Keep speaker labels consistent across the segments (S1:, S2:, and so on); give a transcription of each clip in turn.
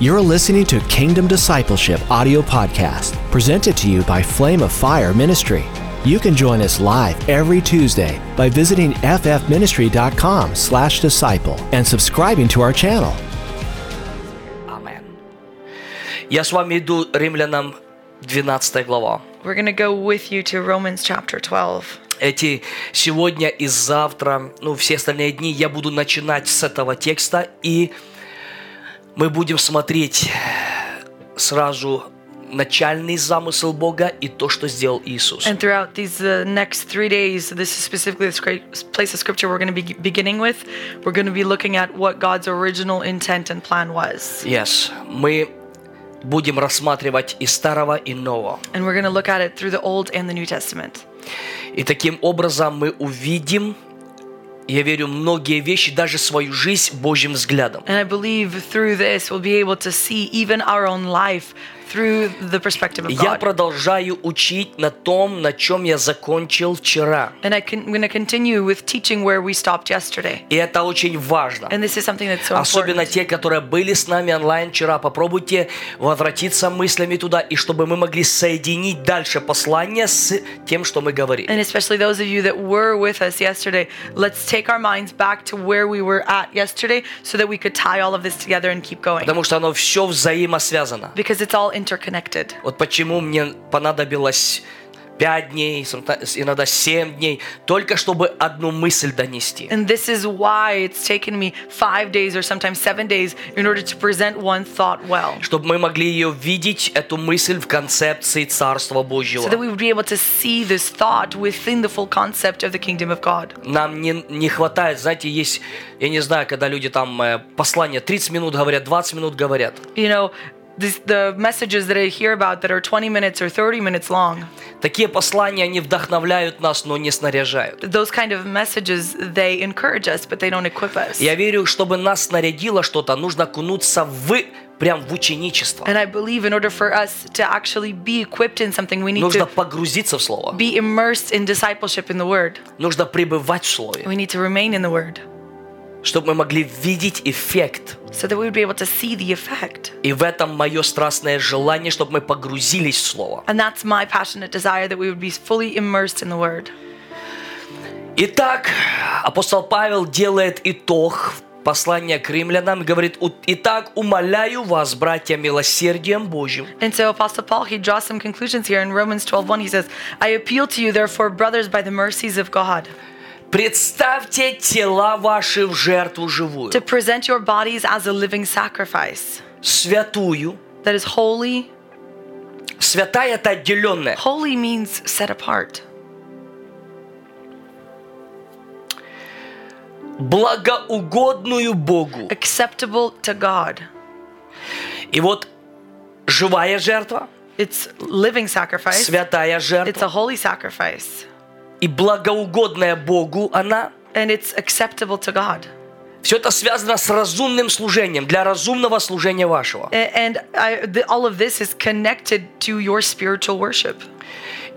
S1: You're listening to Kingdom Discipleship audio podcast, presented to you by Flame of Fire Ministry. You can join us live every Tuesday by visiting ffministry.com slash disciple and subscribing to our channel.
S2: Амен. Я с вами иду римлянам 12 глава.
S3: We're going to go with you to Romans chapter 12.
S2: Эти сегодня и завтра, ну, все остальные дни я буду начинать с этого текста, и мы будем смотреть сразу начальный замысел Бога и то, что сделал Иисус.
S3: And throughout these uh, next three days, this is specifically the scri- place of scripture we're going to be beginning with. We're going to be looking at what God's original intent and plan was.
S2: Yes. Мы будем рассматривать и старого, и нового.
S3: And we're going to look at it through the Old and the New Testament.
S2: И таким образом мы увидим, я верю, многие вещи, даже свою жизнь Божьим взглядом.
S3: And I believe through this, we'll be able to see even our own life through the perspective of
S2: Я
S3: God.
S2: продолжаю учить на том, на чем я закончил вчера.
S3: And I can, I'm going to continue with teaching where we stopped yesterday.
S2: И это очень важно.
S3: And this is something that's so
S2: Особенно
S3: important.
S2: те, которые были с нами онлайн вчера, попробуйте возвратиться мыслями туда, и чтобы мы могли соединить дальше послание с тем, что мы говорили.
S3: And especially those of you that were with us yesterday, let's take our minds back to where we were at yesterday so that we could tie all of this together and keep going.
S2: Потому что оно все взаимосвязано.
S3: Because it's all interconnected.
S2: Вот почему мне понадобилось пять дней, иногда семь дней, только чтобы одну мысль донести.
S3: And this is why it's taken me five days or sometimes seven days in order to present one thought well.
S2: чтобы мы могли ее видеть, эту мысль в концепции Царства
S3: So that
S2: Божьего.
S3: we would be able to see this thought within the full concept of the kingdom of God.
S2: Нам не, не хватает, знаете, есть, я не знаю, когда люди там э, послание 30 минут говорят, 20 минут говорят.
S3: You know, this, the messages that I hear about that are 20 minutes or 30 minutes long,
S2: Такие послания, они вдохновляют нас, но не снаряжают.
S3: those kind of messages, they encourage us, but they don't equip us.
S2: Я верю, чтобы нас снарядило что-то, нужно кунуться в, прям в ученичество.
S3: And I believe in order for us to actually be equipped in something, we need
S2: Нужно
S3: to
S2: погрузиться в Слово.
S3: be immersed in discipleship in the Word.
S2: Нужно пребывать в Слове,
S3: We need to remain in the Word
S2: чтобы мы могли видеть эффект.
S3: so that we would be able to see the effect.
S2: И в этом мое страстное желание, чтобы мы погрузились в Слово.
S3: And that's my passionate desire that we would be fully immersed in the Word.
S2: Итак, апостол Павел делает итог послания к римлянам и говорит, «У- «Итак, умоляю вас, братья, милосердием Божьим,
S3: And so Apostle Paul, he draws some conclusions here in Romans 12.1. He says, I appeal to you, therefore, brothers, by the mercies of God,
S2: представьте тела ваши в жертву живую,
S3: to present your bodies as a living sacrifice
S2: святую».
S3: that is holy.
S2: Святая – это отделенная.
S3: Holy means set apart.
S2: Благоугодную Богу.
S3: Acceptable to God.
S2: И вот живая жертва,
S3: It's living sacrifice.
S2: святая
S3: It's a
S2: жертва
S3: holy sacrifice.
S2: и благоугодная Богу она –
S3: And it's acceptable to God.
S2: все это связано с разумным служением, для разумного служения вашего.
S3: A- And I, the, all of this is connected to your spiritual worship.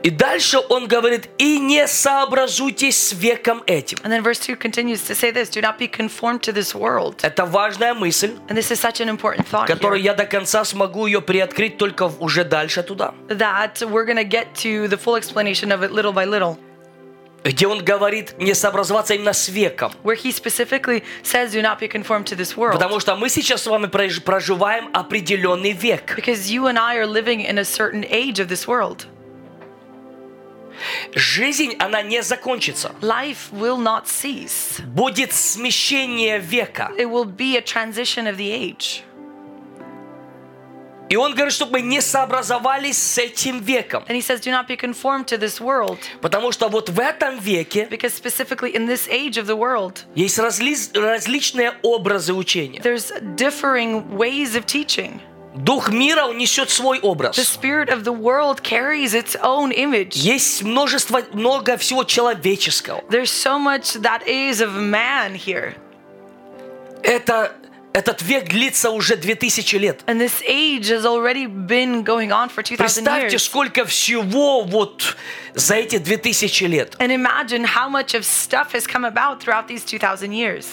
S2: И дальше он говорит, и не сообразуйтесь с веком этим.
S3: And then verse 2 continues to say this do not be conformed to this world.
S2: Это важная мысль,
S3: And this is such an important thought here,
S2: которую я до конца смогу ее приоткрыть только в- уже дальше туда.
S3: that we're going to get to the full explanation of it little by little,
S2: Где он говорит не сообразоваться именно с веком.
S3: where he specifically says, do not be conformed to this world.
S2: Потому что мы сейчас с вами прож- проживаем определенный век.
S3: Because you and I are living in a certain age of this world.
S2: Жизнь, она не закончится.
S3: Life will not cease,
S2: Будет смещение века.
S3: it will be a transition of the age.
S2: И он говорит, чтобы мы не сообразовались с этим веком.
S3: And he says, do not be conformed to this world.
S2: Потому что вот в этом веке
S3: Because specifically in this age of the world,
S2: есть разли- различные образы учения.
S3: there's differing ways of teaching.
S2: Дух мира унесет свой
S3: The
S2: образ.
S3: spirit of the world carries its own image.
S2: Есть множество, много всего человеческого.
S3: There's so much that is of man here.
S2: Это, этот век длится уже 2000 лет.
S3: And this age has already been going on for 2,000
S2: Представьте,
S3: years.
S2: сколько всего вот за эти 2000 лет.
S3: And imagine how much of stuff has come about throughout these 2,000 years.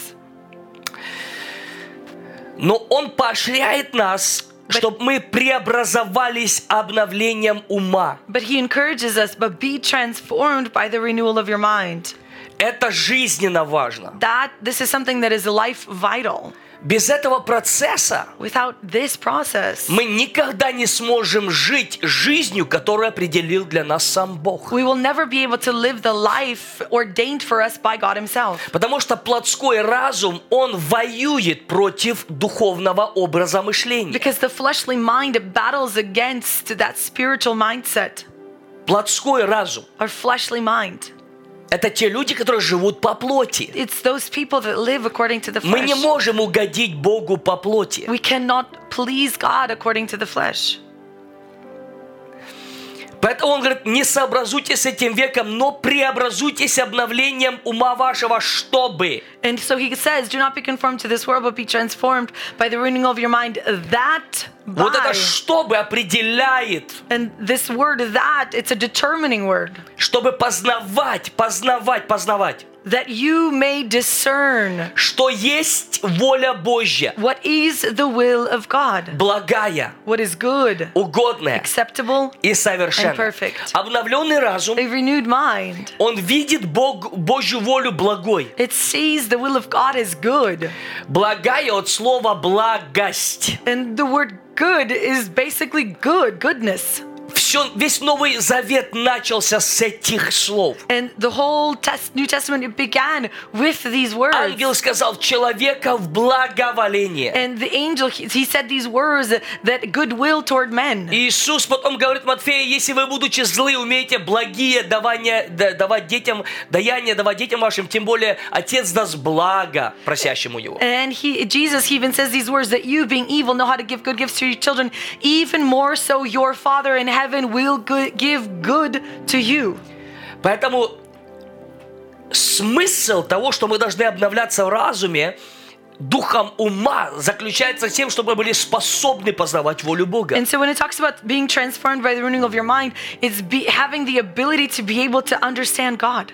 S2: Но Он поощряет нас, чтобы мы преобразовались обновлением ума.
S3: But he encourages us, but be transformed by the renewal of your mind.
S2: Это жизненно важно.
S3: That this is something that is life vital.
S2: Без этого процесса
S3: Without this process,
S2: мы никогда не сможем жить жизнью, которую определил для нас сам Бог.
S3: we will never be able to live the life ordained for us by God Himself.
S2: Потому что плотской разум, он воюет против духовного образа мышления.
S3: Because the fleshly mind battles against that spiritual mindset,
S2: Плотской разум
S3: our fleshly mind.
S2: – это те люди, которые живут по плоти.
S3: It's those people that live according to the
S2: Мы не
S3: flesh.
S2: можем угодить Богу по плоти.
S3: We cannot please God according to the flesh.
S2: Поэтому он говорит, не сообразуйтесь с этим веком, но преобразуйтесь обновлением ума вашего, чтобы.
S3: And so he says, Do not be conformed to this world, but be transformed by the renewing of your mind. That
S2: Вот это
S3: by,
S2: «чтобы» определяет,
S3: and this word that, it's a determining word.
S2: чтобы познавать, познавать, познавать,
S3: That you may discern
S2: что есть воля Божья,
S3: what is the will of God,
S2: благая,
S3: what is good,
S2: угодная
S3: acceptable,
S2: и совершенная.
S3: And perfect.
S2: Обновленный разум,
S3: a renewed mind.
S2: он видит Бог, Божью волю благой.
S3: It sees the will of God as good.
S2: Благая от слова «благость».
S3: And the word good is basically good, goodness.
S2: Все, весь Новый Завет начался с этих slov.
S3: And the whole test, New Testament it began with these words.
S2: Ангел сказал, человека в благоволение.
S3: And the angel, he, he said these words that goodwill toward men.
S2: Иисус потом говорит Матфею, если вы, будучи злы, умеете благие давания, да- давать детям, даяние давать детям вашим, тем более Отец даст благо просящему Его.
S3: And he, Jesus, he even says these words that you, being evil, know how to give good gifts to your children. Even more so, your Father in heaven will go- give good to you.
S2: Поэтому смысл того, что мы должны обновляться в разуме, духом ума, заключается в тем, чтобы мы были способны познавать волю Бога.
S3: And so, when it talks about being transformed by the renewing of your mind, it's be, having the ability to be able to understand God.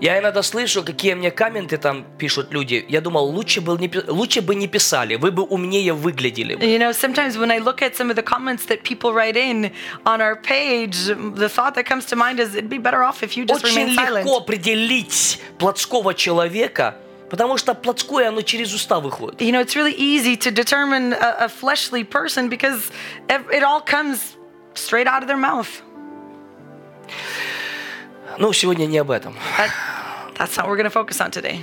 S2: Я иногда слышу, какие мне комменты там пишут люди. Я думал, лучше бы не, пи- лучше бы не писали, вы бы умнее выглядели. бы.
S3: You know, sometimes when I look at some of the comments that people write in on our page, the thought that comes to mind is it'd be better off if you just
S2: Очень
S3: remain silent.
S2: легко определить плотского человека, потому что плотское, оно через уста выходит.
S3: you know, it's really easy to determine a, a fleshly person because ev- it all comes straight out of their mouth.
S2: Но Ну, сегодня не об этом.
S3: That, that's not what we're going to focus on today.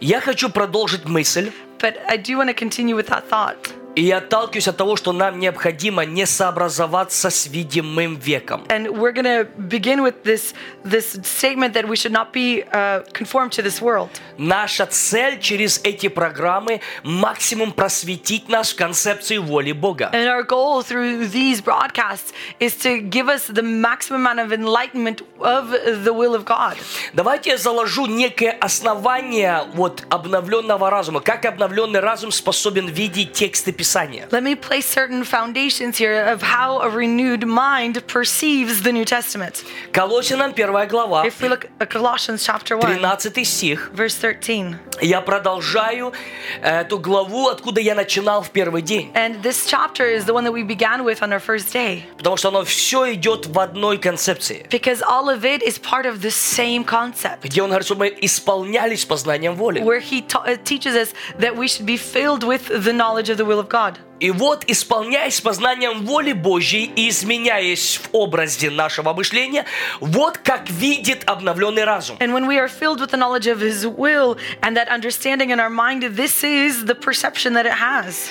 S2: Я хочу продолжить мысль,
S3: But I do want to continue with that thought.
S2: и я отталкиваюсь от того, что нам необходимо не сообразоваться с видимым веком.
S3: And we're going to begin with this this statement that we should not be uh, conformed to this world.
S2: Наша цель через эти программы максимум просветить нас в концепции воли Бога.
S3: And our goal through these broadcasts is to give us the maximum amount of enlightenment of the will of God.
S2: Давайте я заложу некое основание вот обновленного разума, как обновленный разум способен видеть тексты Писания.
S3: Let me place certain foundations here of how a renewed mind perceives the New Testament.
S2: Колосинам 1 глава,
S3: If we look at Colossians chapter 1,
S2: 13 стих.
S3: verse 13,
S2: Я продолжаю э, эту главу, откуда я начинал в первый день.
S3: and this chapter is the one that we began with on our first day
S2: Потому что оно все идет в одной концепции.
S3: because all of it is part of the same concept
S2: Где он говорит, что мы исполнялись познанием воли.
S3: where he ta- uh, teaches us that we should be filled with the knowledge of the will of God.
S2: И вот, исполняясь познанием воли Божьей и изменяясь в образе нашего мышления, вот как видит обновленный разум.
S3: And when we are filled with the knowledge of his will and that understanding in our mind, this is the perception that it has.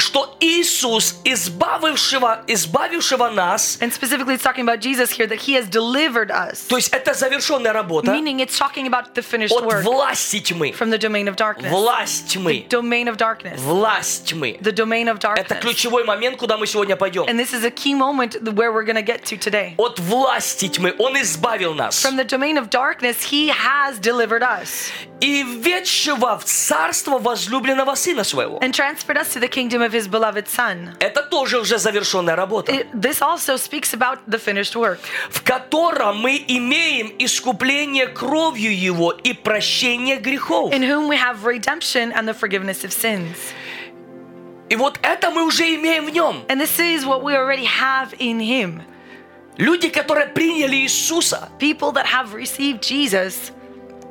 S2: Что Иисус, избавившего, избавившего нас,
S3: And specifically, it's talking about Jesus here that he has delivered us,
S2: то есть это завершенная работа,
S3: meaning it's talking about the finished
S2: от
S3: work
S2: власти тьмы.
S3: from the domain of darkness.
S2: Власть тьмы.
S3: Domain of darkness.
S2: Власть тьмы.
S3: the domain of
S2: Это
S3: darkness.
S2: ключевой момент, куда мы сегодня
S3: And
S2: пойдем.
S3: this is a key moment where we're going to get to today.
S2: От власти тьмы Он избавил нас.
S3: From the domain of darkness, he has delivered us
S2: И ведшего в царство возлюбленного сына своего.
S3: and transferred us to the kingdom of his beloved son.
S2: Это тоже уже завершенная работа,
S3: It- this also speaks about the finished work,
S2: в котором мы имеем искупление кровью Его и прощение грехов.
S3: Э. in whom we have redemption and the forgiveness of sins.
S2: И вот это мы уже имеем в нем.
S3: And this is what we already have in Him.
S2: Люди, которые приняли Иисуса,
S3: People that have received Jesus,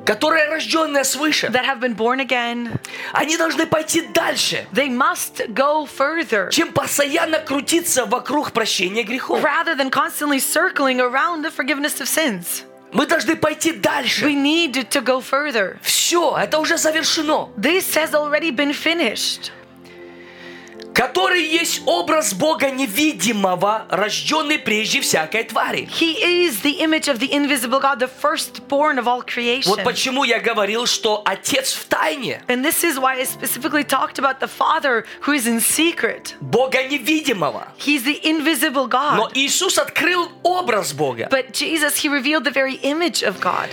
S2: которые рожденные свыше,
S3: that have been born again,
S2: они должны пойти дальше,
S3: they must go further
S2: чем постоянно крутиться вокруг прощения грехов.
S3: rather than constantly circling around the forgiveness of sins.
S2: Мы должны пойти
S3: We
S2: дальше.
S3: need to go further.
S2: Все, это уже завершено.
S3: This has already been finished.
S2: Который есть образ Бога невидимого, рожденный прежде всякой твари.
S3: He is the image of the invisible God, the firstborn of all creation.
S2: Вот почему я говорил, что Отец в тайне,
S3: And this is why I specifically talked about the Father who is in secret.
S2: Бога невидимого.
S3: He's the invisible
S2: Но
S3: God.
S2: Иисус открыл образ Бога.
S3: But Jesus, he revealed the very image of God.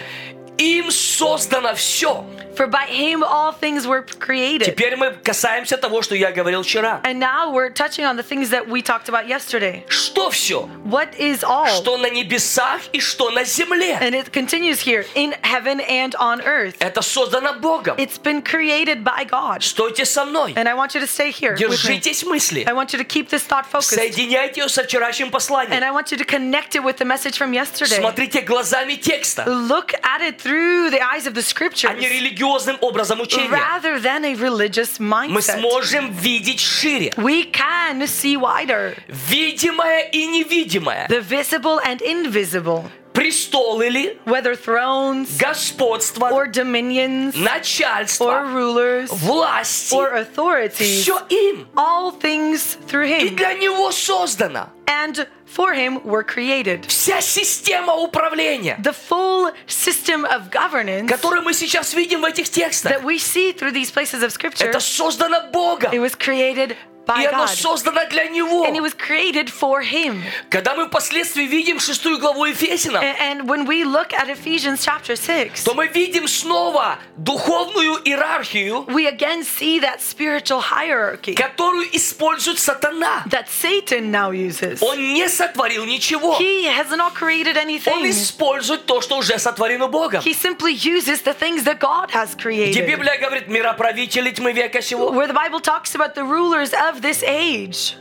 S2: Им создано все.
S3: For by him all things were created.
S2: Теперь мы касаемся того, что я говорил вчера.
S3: And now we're touching on the things that we talked about yesterday.
S2: Что все?
S3: What is all?
S2: Что на небесах и что на земле.
S3: And it continues here in heaven and on earth.
S2: Это создано Богом.
S3: It's been created by God.
S2: Стойте со мной.
S3: And I want you to stay here. With me.
S2: Держитесь мысли.
S3: I want you to keep this thought focused.
S2: Соединяйте ее со вчерашним
S3: And
S2: посланием.
S3: I want you to connect it with the message from yesterday.
S2: Смотрите глазами текста,
S3: Look at it through the eyes of the
S2: а не
S3: scriptures
S2: религиозным образом учения.
S3: rather than a religious
S2: Мы
S3: mindset.
S2: сможем видеть шире.
S3: We can see wider
S2: Видимое и невидимое.
S3: the visible and invisible,
S2: Престол или
S3: whether thrones or
S2: господство,
S3: dominions or
S2: начальство,
S3: rulers
S2: власть.
S3: or authorities.
S2: Все им.
S3: All things through
S2: И
S3: him
S2: для него создано.
S3: and for him were created.
S2: Вся система управления,
S3: The full system of governance
S2: которую мы сейчас видим в этих текстах,
S3: that we see through these places of scripture,
S2: это создано Богом.
S3: it was created by
S2: И оно
S3: God.
S2: создано для Него.
S3: And it was created for him.
S2: Когда мы впоследствии видим шестую главу Ефесина,
S3: A- And when we look at Ephesians chapter 6,
S2: то мы видим снова духовную иерархию,
S3: we again see that spiritual hierarchy
S2: которую использует сатана.
S3: that Satan now uses.
S2: Он не сотворил ничего.
S3: He has not created
S2: Он
S3: anything.
S2: использует то, что уже сотворено Богом.
S3: He simply uses the things that God has
S2: Где
S3: created.
S2: Библия говорит, мироправители тьмы века сего,
S3: Where the Bible talks about the rulers of this age,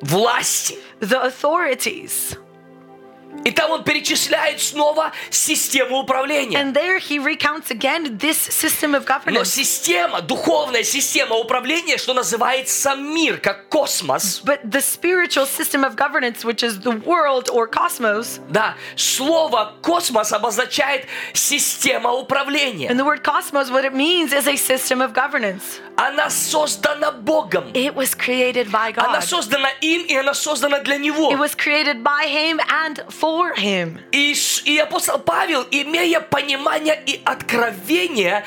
S2: власть.
S3: the authorities.
S2: И там он перечисляет снова систему управления.
S3: And there he recounts again this system of
S2: Но
S3: governance.
S2: система, духовная система управления, что называется мир, как космос,
S3: But the spiritual system of governance, which is the world or cosmos,
S2: да, слово космос обозначает система управления.
S3: and the word cosmos, what it means is a system of governance.
S2: Она создана Богом.
S3: It was created by
S2: Она
S3: God.
S2: создана им, и она создана для Него.
S3: It was created by him and for him.
S2: И, Ис- и апостол Павел, имея понимание и откровение,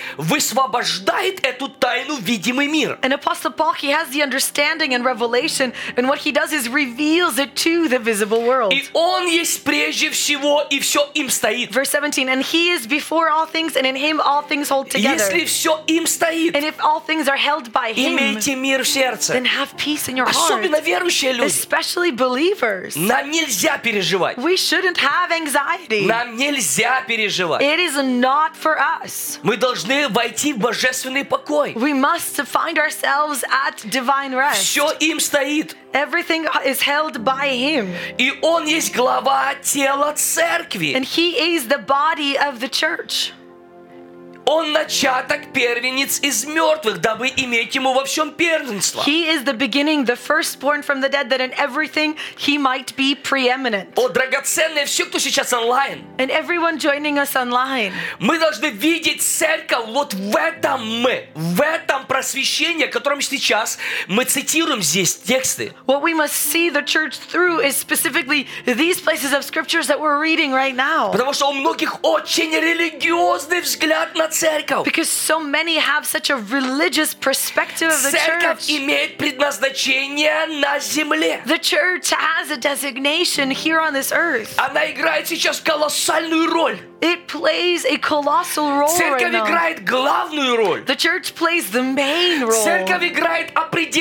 S2: высвобождает эту тайну в видимый мир.
S3: And Apostle Paul, he has the understanding and revelation, and what he does is reveals it to the visible world.
S2: И он есть прежде всего, и все им стоит.
S3: Verse 17, and he is before all things, and in him all things hold together.
S2: Если все им стоит,
S3: And if all things are held by him,
S2: имейте мир в сердце.
S3: then have peace in your
S2: Особенно
S3: heart.
S2: верующие люди.
S3: Especially believers.
S2: Нам нельзя переживать.
S3: We shouldn't have anxiety.
S2: Нам нельзя переживать.
S3: It is not for us.
S2: Мы должны войти в божественный покой.
S3: We must find ourselves at divine rest.
S2: Все им стоит.
S3: Everything is held by him.
S2: И он есть глава тела церкви.
S3: And he is the body of the church.
S2: Он начаток первенец из мертвых, дабы иметь ему во всем первенство.
S3: He is the beginning, the firstborn from the dead, that in everything he might be preeminent.
S2: О, драгоценные, все, кто сейчас онлайн,
S3: And everyone joining us online,
S2: мы должны видеть церковь вот в этом мы, в этом просвещении, о котором сейчас мы цитируем здесь тексты.
S3: what we must see the church through is specifically these places of scriptures that we're reading right now.
S2: Потому что у многих очень религиозный взгляд на церковь.
S3: Because so many have such a religious perspective of the
S2: Церковь
S3: church.
S2: имеет предназначение на земле.
S3: The church has a designation here on this earth.
S2: Она играет сейчас колоссальную роль.
S3: It plays a colossal role right
S2: Церковь
S3: now.
S2: играет главную роль.
S3: The church plays the main role.
S2: Церковь играет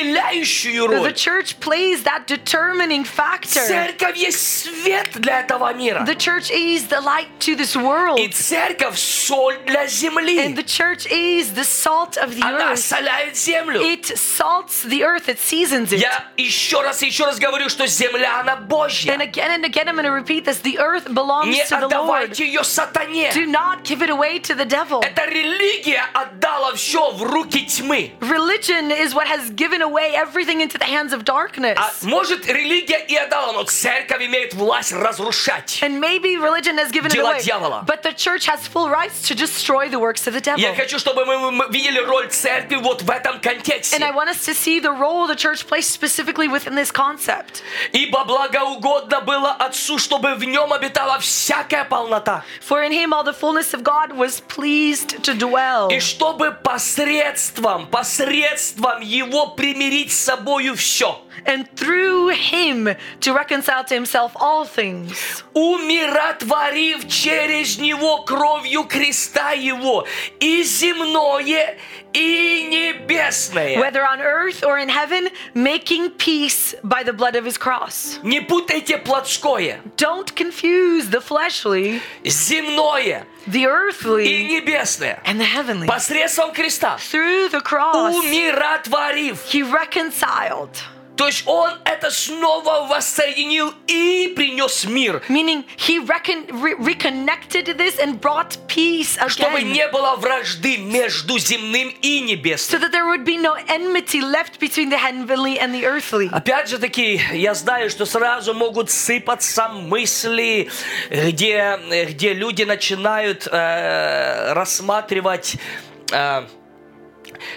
S2: определяющую
S3: The
S2: роль.
S3: church plays that determining factor.
S2: Церковь есть свет для этого мира.
S3: The church is the light to this world.
S2: И церковь соль для
S3: And the
S2: земли.
S3: church is the salt of the
S2: Она
S3: earth.
S2: соляет землю.
S3: It salts the earth, it seasons it.
S2: Я еще раз и еще раз говорю, что земля, она
S3: And
S2: Божья.
S3: again and again, I'm going to repeat this the earth belongs
S2: Не
S3: to the Lord.
S2: отдавайте ее сатане.
S3: Do not give it away to the devil.
S2: Эта религия отдала все в руки тьмы.
S3: Religion is what has given away everything into the hands of darkness.
S2: А может, религия и отдала, но церковь имеет власть разрушать.
S3: and maybe religion has given it
S2: Дела
S3: away.
S2: дьявола.
S3: But the church has full rights to destroy the works of the devil.
S2: Я хочу, чтобы мы мы видели роль церкви вот в этом
S3: And I
S2: контексте.
S3: want us to see the role the church plays specifically within this concept.
S2: Ибо благоугодно было Отцу, чтобы в нем обитала всякая полнота.
S3: For in him all the fullness of God was pleased to dwell.
S2: И чтобы посредством, посредством его примирить с собою все.
S3: and through him to reconcile to himself all things,
S2: умиротворив через него кровью креста его и земное, и небесное.
S3: whether on earth or in heaven, making peace by the blood of his cross.
S2: Не путайте плотское,
S3: Don't confuse the fleshly,
S2: земное
S3: the
S2: и
S3: earthly,
S2: небесное.
S3: and the heavenly.
S2: Посредством креста.
S3: Through the cross,
S2: Умиротворив.
S3: he reconciled,
S2: То есть он это снова воссоединил и принес мир.
S3: meaning he recon- re- reconnected this and brought peace
S2: Чтобы
S3: again.
S2: не было вражды между земным и
S3: So
S2: небесным.
S3: that there would be no enmity left between the heavenly and the earthly.
S2: Опять же таки, я знаю, что сразу могут сыпаться мысли, где, где люди начинают э, рассматривать э,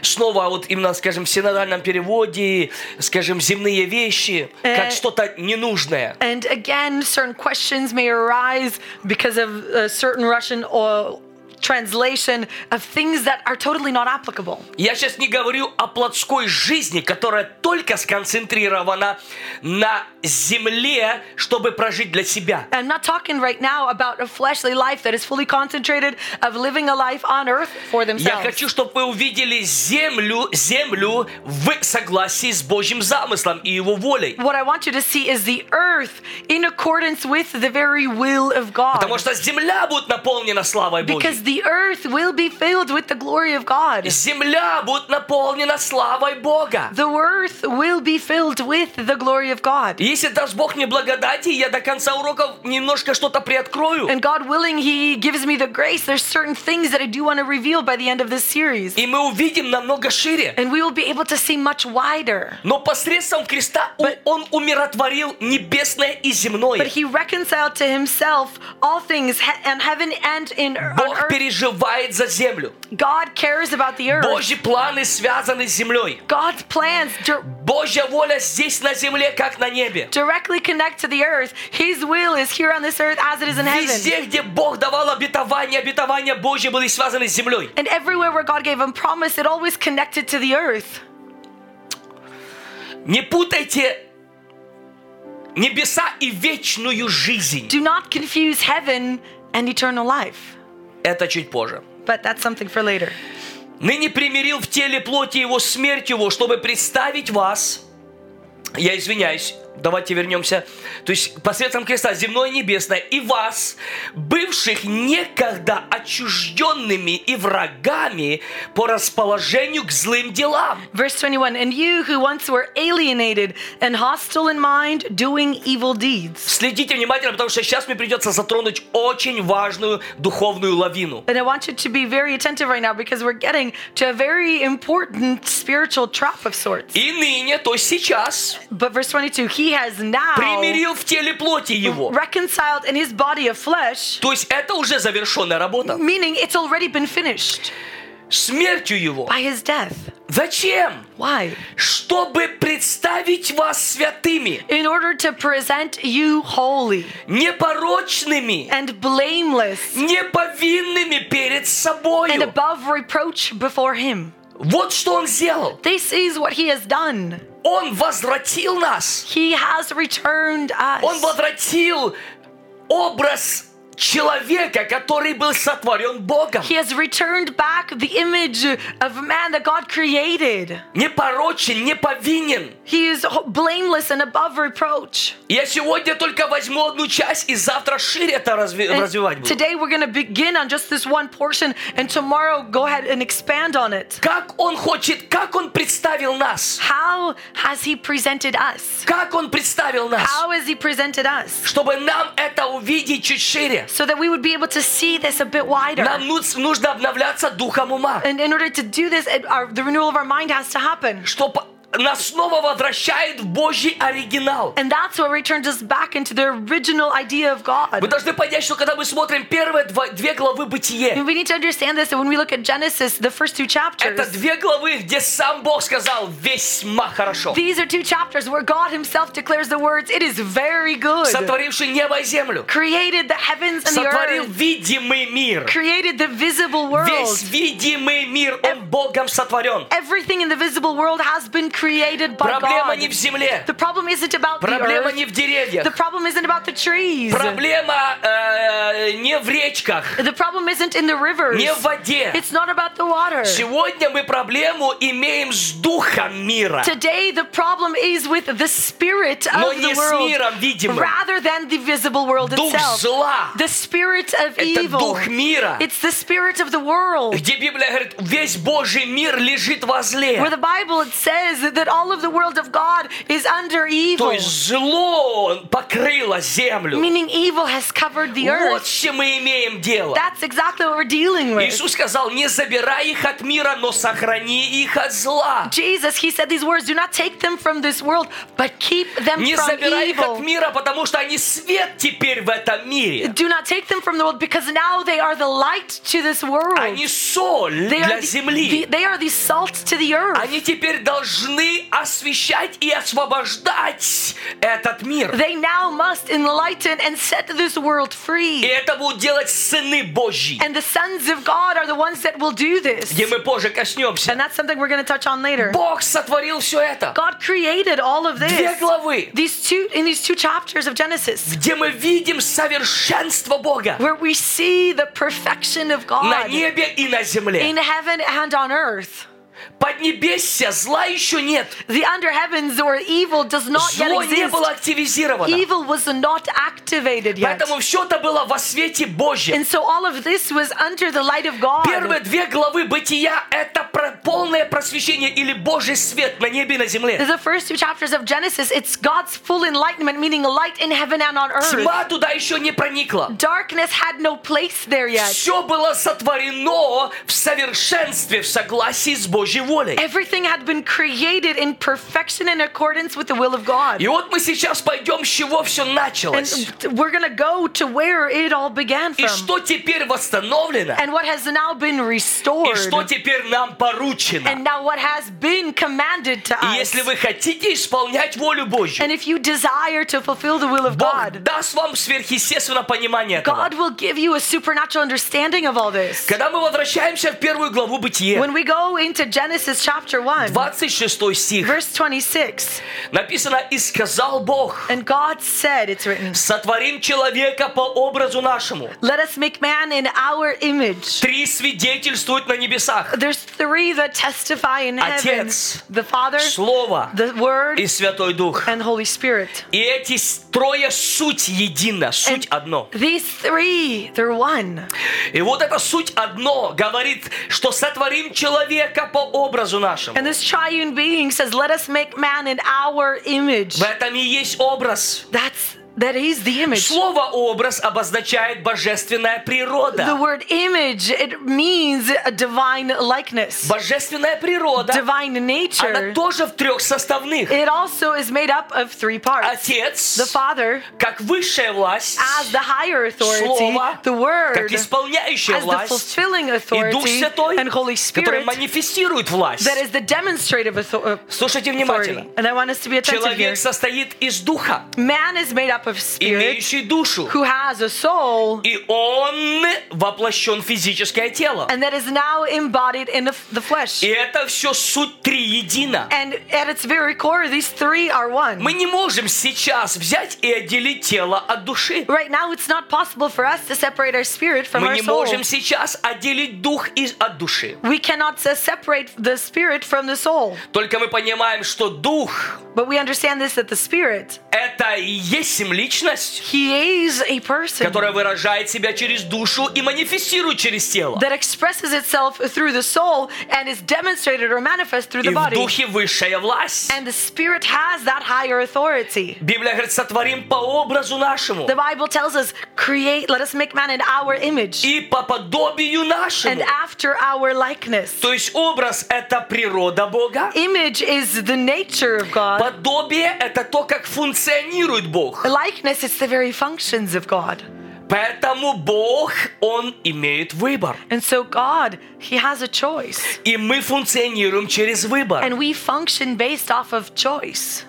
S2: снова вот именно, скажем, в синодальном переводе, скажем, земные вещи,
S3: Э.
S2: как что-то ненужное.
S3: And again, certain questions may arise because of a certain Russian or translation of things that are totally not applicable.
S2: Я сейчас не говорю о плотской жизни, которая только сконцентрирована на земле, чтобы прожить для себя.
S3: I'm not talking right now about a fleshly life that is fully concentrated of living a life on earth for
S2: Я
S3: themselves.
S2: хочу, чтобы вы увидели землю, землю в согласии с Божьим замыслом и Его волей.
S3: What I want you to see is the earth in accordance with the very will of God.
S2: Потому что земля будет наполнена славой Божьей.
S3: Because the earth will be filled with the glory of God.
S2: Земля будет наполнена славой Бога.
S3: The earth will be filled with the glory of God.
S2: Если даст Бог мне благодати, я до конца уроков немножко что-то приоткрою.
S3: And God willing, He gives me the grace. There's certain things that I do want to reveal by the end of this series.
S2: И мы увидим намного шире.
S3: And we will be able to see much wider.
S2: Но посредством креста у-
S3: But-
S2: Он умиротворил небесное и
S3: But
S2: земное.
S3: He reconciled to Himself all things he- in heaven and in er, on
S2: Бог
S3: earth.
S2: переживает за землю.
S3: God cares about the earth.
S2: Божьи планы связаны с землей.
S3: God's plans dir-
S2: Божья воля здесь на земле, как на небе.
S3: directly connect to the earth. His will is here on this earth as it is in heaven.
S2: Везде, где Бог давал обетование, обетования Божьи были связаны с землей.
S3: And everywhere where God gave Him promise, it always connected to the earth.
S2: Не путайте небеса и вечную жизнь.
S3: Do not confuse heaven and eternal life.
S2: Это чуть позже.
S3: But that's something for later.
S2: Ныне примирил в теле плоти его смерть его, чтобы представить вас. Я извиняюсь, давайте вернемся. То есть посредством креста земное и небесное. И вас, бывших некогда отчужденными и врагами по расположению к злым делам.
S3: Verse 21 And you who once were alienated and hostile in mind, doing evil deeds.
S2: Следите внимательно, потому что сейчас мне придется затронуть очень важную духовную лавину.
S3: And I want you to be very attentive right now because we're getting to a very important spiritual trap of sorts.
S2: И ныне, то есть сейчас,
S3: But verse 22 He has now
S2: примирил в теле плоти его.
S3: reconciled in his body of flesh,
S2: То есть это уже завершенная работа.
S3: meaning it's already been finished
S2: Смертью его.
S3: by his death.
S2: Зачем?
S3: Why?
S2: Чтобы представить вас святыми,
S3: In order to present you holy
S2: непорочными,
S3: and blameless
S2: неповинными перед
S3: and
S2: собою.
S3: above reproach before him.
S2: Вот что он сделал.
S3: This is what he has done.
S2: Он возвратил нас.
S3: He has returned us.
S2: Он возвратил образ человека, который был сотворен Богом,
S3: He has returned back the image of man that God created.
S2: не порочен, не повинен.
S3: He is blameless and above reproach.
S2: Я сегодня только возьму одну часть и завтра шире это разви-
S3: And
S2: развивать буду.
S3: Э, today we're going to begin on just this one portion, and tomorrow go ahead and expand on it.
S2: Как он хочет, как он представил нас,
S3: How has He presented us?
S2: как он представил нас,
S3: How has He presented us?
S2: чтобы нам это увидеть чуть шире.
S3: So that we would be able to see this a bit wider.
S2: Нам ну- нужно обновляться духом ума,
S3: And in order to do this, it, our, the renewal of our mind has to happen.
S2: что по- нас снова возвращает в Божий оригинал.
S3: And that's what returns us back into the original idea of
S2: Вы
S3: God.
S2: должны понять, что когда мы смотрим первые два- две главы Бытие,
S3: And we need to understand this that when we look at Genesis, the first two
S2: это
S3: chapters,
S2: две главы, где сам Бог сказал весьма хорошо,
S3: these are two chapters where God Himself declares the words, It is very good.
S2: сотворивший небо и землю,
S3: Created the heavens and the
S2: сотворил
S3: earth,
S2: видимый мир.
S3: created the visible
S2: Весь
S3: world.
S2: видимый мир, он Богом сотворен.
S3: Everything in the visible world has been created by
S2: Проблема
S3: God.
S2: не в земле,
S3: The problem isn't about the
S2: проблема
S3: earth,
S2: не в
S3: the
S2: деревьях,
S3: problem isn't about the trees, the
S2: проблема э, не в речках,
S3: problem isn't in the rivers.
S2: не в воде.
S3: It's not about the water.
S2: Сегодня мы проблему имеем с духом мира,
S3: Today, the problem is with the spirit of
S2: но
S3: the
S2: не с миром
S3: world
S2: видимым.
S3: rather than the visible world
S2: Дух
S3: itself.
S2: зла,
S3: The spirit of
S2: это
S3: evil.
S2: дух мира,
S3: It's the spirit of the world.
S2: где Библия говорит, весь Божий мир лежит
S3: Where
S2: возле.
S3: the Bible it says that all of the world of God is under
S2: То
S3: evil,
S2: есть зло покрыло землю.
S3: meaning evil has covered the
S2: Вот
S3: earth.
S2: с чем мы имеем дело.
S3: That's exactly what we're dealing with.
S2: Иисус сказал, не забирай их от мира, но сохрани их от зла.
S3: Jesus, he said these words, do not take them from this world, but keep them
S2: Не
S3: from
S2: забирай их от
S3: evil.
S2: мира, потому что они свет теперь в этом мире.
S3: Do not take them from the world because now they are the light to this world.
S2: Они соль
S3: They are,
S2: для
S3: the, the-
S2: земли.
S3: they are the salt to the earth.
S2: Они теперь должны освещать и освобождать этот мир.
S3: They now must enlighten and set this world
S2: И
S3: free.
S2: это будут делать сыны Божьи,
S3: And the sons of God are the ones that will do this.
S2: где мы позже коснемся.
S3: And that's something we're going to touch on later.
S2: Бог сотворил все это.
S3: God created all of
S2: Две
S3: this.
S2: главы,
S3: These two in these two chapters of Genesis
S2: где мы видим совершенство Бога
S3: where we see the perfection of
S2: на
S3: God
S2: небе и на
S3: in
S2: земле.
S3: heaven and on earth.
S2: Поднебесья зла еще нет.
S3: The under heavens or evil does not yet
S2: Зло не было
S3: exist.
S2: активизировано.
S3: Evil was not activated yet.
S2: Поэтому все это было во свете Божьем.
S3: And so all of this was under the light of God.
S2: Первые две главы бытия – это про- полное просвещение или Божий свет на небе и на земле.
S3: The first two chapters of Genesis, it's God's full enlightenment, meaning light in heaven and on earth.
S2: Тьма туда еще не проникла.
S3: Darkness had no place there yet.
S2: Все было сотворено в совершенстве, в согласии с Божьей волей.
S3: Everything had been created in perfection in accordance with the will of God.
S2: И вот мы сейчас пойдем, с чего все
S3: And
S2: началось.
S3: we're going to go to where it all began
S2: И
S3: from
S2: что теперь восстановлено.
S3: and what has now been
S2: И что
S3: restored
S2: теперь нам
S3: and
S2: поручено.
S3: now what has been commanded to
S2: И
S3: us.
S2: если вы хотите исполнять волю Божью,
S3: And if you desire to fulfill the will of
S2: Бог
S3: God,
S2: даст вам сверхъестественное понимание этого.
S3: God will give you a supernatural understanding of all this.
S2: Когда мы возвращаемся в первую главу Бытия,
S3: When we go into Genesis chapter 1,
S2: 26 стих,
S3: verse 26,
S2: написано «И сказал Бог,
S3: and God said, it's written,
S2: сотворим человека по образу нашему».
S3: Let us make man in our image.
S2: Три свидетельствуют на небесах.
S3: There's three that testify in heaven
S2: Отец,
S3: the Father,
S2: Слово
S3: the Word,
S2: и Святой Дух.
S3: and Holy Spirit.
S2: И эти трое суть едина, суть одно.
S3: These three, they're one.
S2: И вот эта суть одно говорит, что сотворим человека по образу
S3: And
S2: нашему.
S3: this triune being says, Let us make man in our image.
S2: В этом и есть образ.
S3: That's that is the image.
S2: Слово «образ» обозначает божественная
S3: The
S2: природа.
S3: word image, it means a divine likeness,
S2: Божественная природа
S3: divine
S2: Она
S3: nature.
S2: тоже в трех составных.
S3: It also is made up of three parts. The
S2: Отец,
S3: Father,
S2: как высшая власть,
S3: as the higher authority,
S2: Слово,
S3: the
S2: как
S3: Word,
S2: исполняющая
S3: as the
S2: власть,
S3: fulfilling
S2: и Дух
S3: authority,
S2: Святой,
S3: and Holy
S2: который
S3: Spirit,
S2: манифестирует власть.
S3: that is the demonstrative author- uh,
S2: Слушайте
S3: authority.
S2: внимательно.
S3: And I want us to be attentive here.
S2: Человек состоит из духа.
S3: Man is made up cup of spirit
S2: имеющий душу.
S3: who has a soul
S2: И он воплощен в физическое тело.
S3: and that is now embodied in the f- the flesh.
S2: И это все суть триедина.
S3: And at its very core, these three are one.
S2: Мы не можем сейчас взять и отделить тело от души.
S3: Right now, it's not possible for us to separate our spirit from
S2: Мы
S3: our
S2: не
S3: soul.
S2: можем сейчас отделить дух из, от души.
S3: We cannot se- separate the spirit from the soul.
S2: Только мы понимаем, что дух
S3: But we understand this that the spirit,
S2: – это и есть личность,
S3: he is a person
S2: которая выражает себя через душу и манифестирует через тело.
S3: that expresses itself through the soul and is demonstrated or manifest through
S2: И
S3: the
S2: в
S3: body.
S2: духе высшая власть.
S3: And the spirit has that higher authority.
S2: Библия говорит, сотворим по образу нашему
S3: The Bible tells us, create, let us make man in our image
S2: и по подобию
S3: and
S2: нашему.
S3: after our likeness.
S2: То есть образ – это природа Бога.
S3: Image is the nature of God.
S2: Подобие – это то, как функционирует Бог.
S3: Likeness is the very functions of God.
S2: Поэтому Бог, Он имеет выбор.
S3: And so God, he has a choice.
S2: И мы функционируем через выбор.
S3: And we function based off of choice.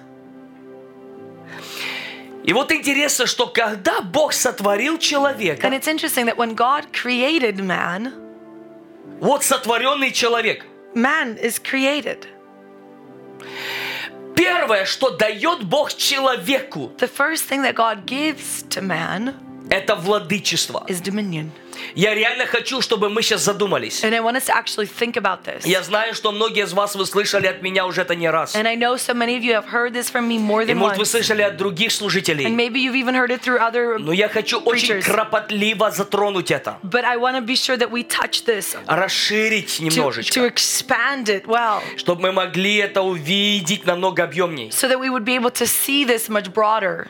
S2: И вот интересно, что когда Бог сотворил человека,
S3: And it's interesting that when God created man,
S2: вот сотворенный человек,
S3: man is created.
S2: первое, что дает Бог человеку,
S3: The first thing that God gives to man
S2: это владычество.
S3: is dominion.
S2: Я реально хочу, чтобы мы сейчас задумались.
S3: And I want us to actually think about this.
S2: Я знаю, что многие из вас вы слышали от меня уже это не раз.
S3: And I know so many of you have heard this from me more
S2: И
S3: than
S2: может вы
S3: once.
S2: слышали от других
S3: And
S2: служителей.
S3: maybe you've even heard it through other.
S2: Но я хочу очень
S3: Preachers.
S2: кропотливо затронуть это.
S3: But I want to be sure that we touch this
S2: Расширить
S3: to, to
S2: немножечко.
S3: expand it well
S2: Чтобы мы могли это увидеть намного объемней.
S3: so that we would be able to see this much broader.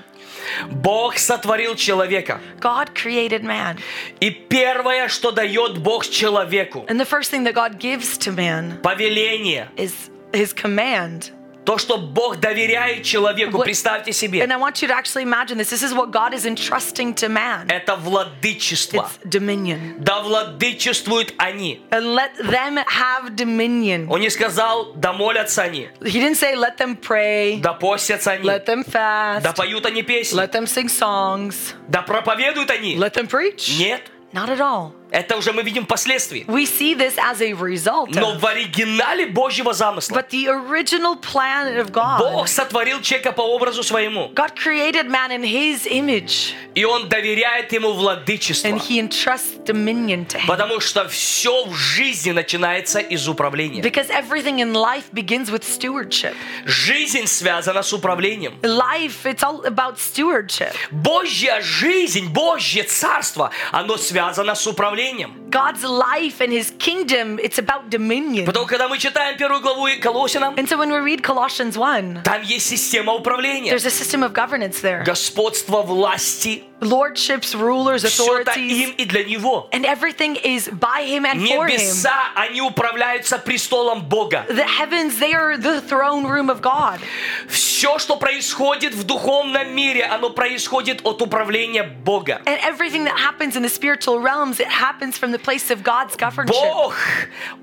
S2: Бог сотворил человека.
S3: God created man.
S2: И первое, что дает Бог человеку,
S3: And the first thing that God gives to man
S2: повеление.
S3: is his command.
S2: То, что Бог доверяет человеку,
S3: Вот-
S2: представьте
S3: And
S2: себе,
S3: I want you to actually imagine this. This is what God is entrusting to man.
S2: это владычество.
S3: It's dominion.
S2: Да владычествуют они.
S3: And let them have dominion.
S2: Он не сказал, да молятся они,
S3: He didn't say let them pray,
S2: да постятся они,
S3: let them
S2: да
S3: fast,
S2: поют они песни,
S3: let them sing songs,
S2: да проповедуют они.
S3: let them preach.
S2: Нет,
S3: Not at all.
S2: это уже мы видим впоследствии.
S3: We see this as a result.
S2: Но
S3: Of,
S2: в оригинале Божьего замысла
S3: but the original plan of
S2: Бог
S3: God,
S2: сотворил человека по образу своему,
S3: God created man in his image
S2: и Он доверяет ему владычество.
S3: and he entrusts dominion to him.
S2: Потому что все в жизни начинается из управления.
S3: Because everything in life begins with stewardship.
S2: Жизнь связана с управлением.
S3: Life, it's all about stewardship.
S2: Божья жизнь, Божье царство, оно связано с управлением.
S3: God's life and his kingdom, it's about dominion.
S2: Потому когда мы читаем первую главу и Колосинам,
S3: And so when we read Colossians 1,
S2: там есть система управления.
S3: there's a system of governance there.
S2: Господство власти,
S3: Lordships, rulers,
S2: все это им
S3: authorities,
S2: и для него.
S3: and everything is by him and for him.
S2: Небеса, они управляются престолом Бога.
S3: The heavens, they are the throne room of God.
S2: Все, что происходит в духовном мире, оно происходит от управления Бога.
S3: And everything that happens in the spiritual realms, it happens from the place of God's governorship.
S2: Бог,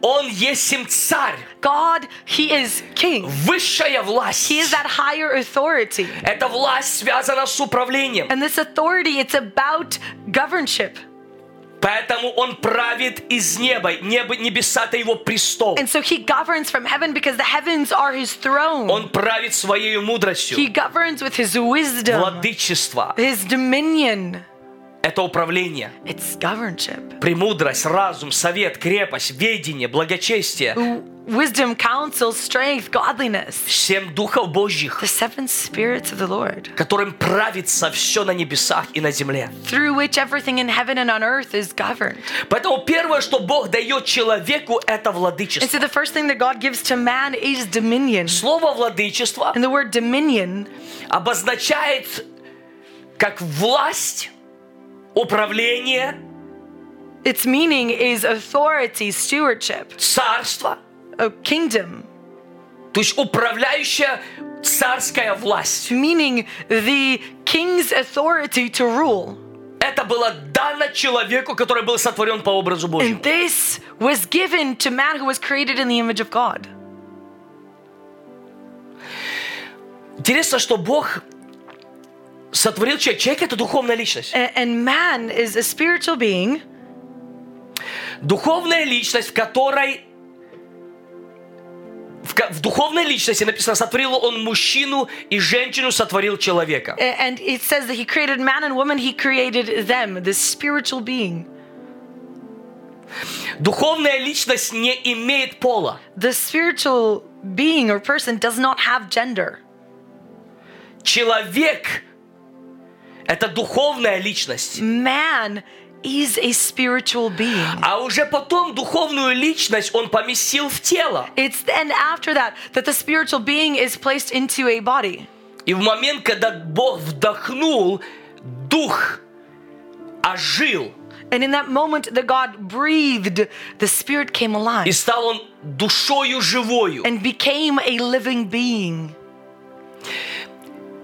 S2: Он есть им царь,
S3: God, he is king.
S2: высшая власть.
S3: He is that higher authority.
S2: Эта власть связана с управлением.
S3: And this authority, it's about governorship.
S2: Поэтому он правит из неба. Небо, небеса – это его престол.
S3: And so he governs from heaven because the heavens are his throne.
S2: Он правит своей мудростью.
S3: He governs with his wisdom,
S2: Владычество
S3: his dominion.
S2: – это управление.
S3: It's governorship.
S2: Премудрость, разум, совет, крепость, ведение, благочестие.
S3: W- Wisdom, counsel, strength, godliness.
S2: Семь духов Божьих,
S3: The seven spirits of the Lord,
S2: которым правится все на небесах и на земле.
S3: through which everything in heaven and on earth is governed.
S2: Поэтому первое, что Бог дает человеку, это
S3: And
S2: владычество.
S3: so the first thing that God gives to man is dominion.
S2: Слово «владычество»
S3: And the word dominion,
S2: обозначает как власть, управление,
S3: its meaning is authority, stewardship,
S2: царство –
S3: a kingdom,
S2: То есть управляющая царская власть.
S3: meaning the king's authority to rule.
S2: Это было дано человеку, который был сотворен по образу
S3: And
S2: Божьему.
S3: this was given to man who was created in the image of God.
S2: Интересно, что Бог сотворил человек. Человек – это духовная личность.
S3: A- and man is a spiritual being,
S2: Духовная личность, в которой... В, ко- в духовной личности написано, сотворил он мужчину и женщину сотворил человека.
S3: a- and it says that he created man and woman, he created them, this spiritual being.
S2: Духовная личность не имеет пола.
S3: The spiritual being or person does not have gender.
S2: Человек – это духовная личность.
S3: Man is a spiritual being.
S2: А уже потом духовную личность он поместил в тело.
S3: It's then after that that the spiritual being is placed into a body.
S2: И в момент, когда Бог вдохнул, дух ожил.
S3: And in that moment that God breathed, the spirit came alive
S2: И стал он душою живою.
S3: and became a living being.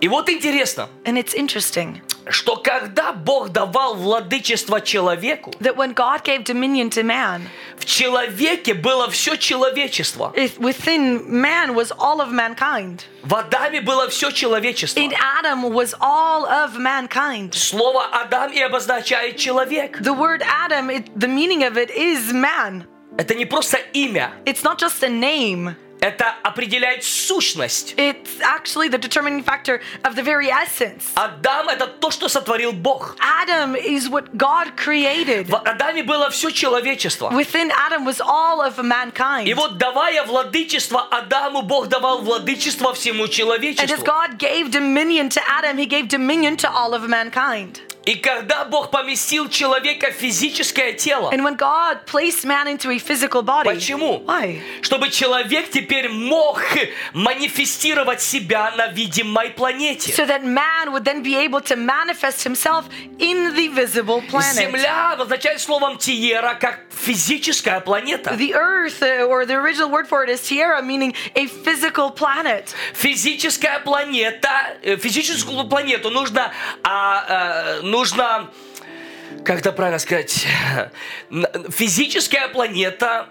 S2: И вот интересно,
S3: And it's interesting
S2: что когда Бог давал владычество человеку,
S3: that when God gave dominion to man,
S2: в человеке было все человечество.
S3: if within man was all of mankind.
S2: В Адаме было все человечество.
S3: In Adam was all of mankind.
S2: Слово «Адам» и обозначает человек.
S3: The word Adam, it, the meaning of it is man.
S2: Это не просто имя,
S3: It's not just a name.
S2: это определяет сущность.
S3: It's actually the determining factor of the very essence.
S2: Адам – это то, что сотворил Бог.
S3: Adam is what God created.
S2: В Адаме было все человечество.
S3: Within Adam was all of mankind.
S2: И вот давая владычество Адаму, Бог давал владычество всему
S3: And as
S2: человечеству.
S3: God gave dominion to Adam, he gave dominion to all of mankind.
S2: И когда Бог поместил человека в физическое тело,
S3: And when God placed man into a physical body,
S2: Почему?
S3: why?
S2: чтобы человек теперь мог манифестировать себя на видимой планете.
S3: So that man would then be able to manifest himself in the visible planet.
S2: Земля обозначает словом «тиера» как физическая планета.
S3: The earth, uh, or the original word for it is tierra, meaning a physical planet.
S2: Физическая планета, э, физическую планету нужно, а, э, нужно, как это правильно сказать, Н- физическая планета,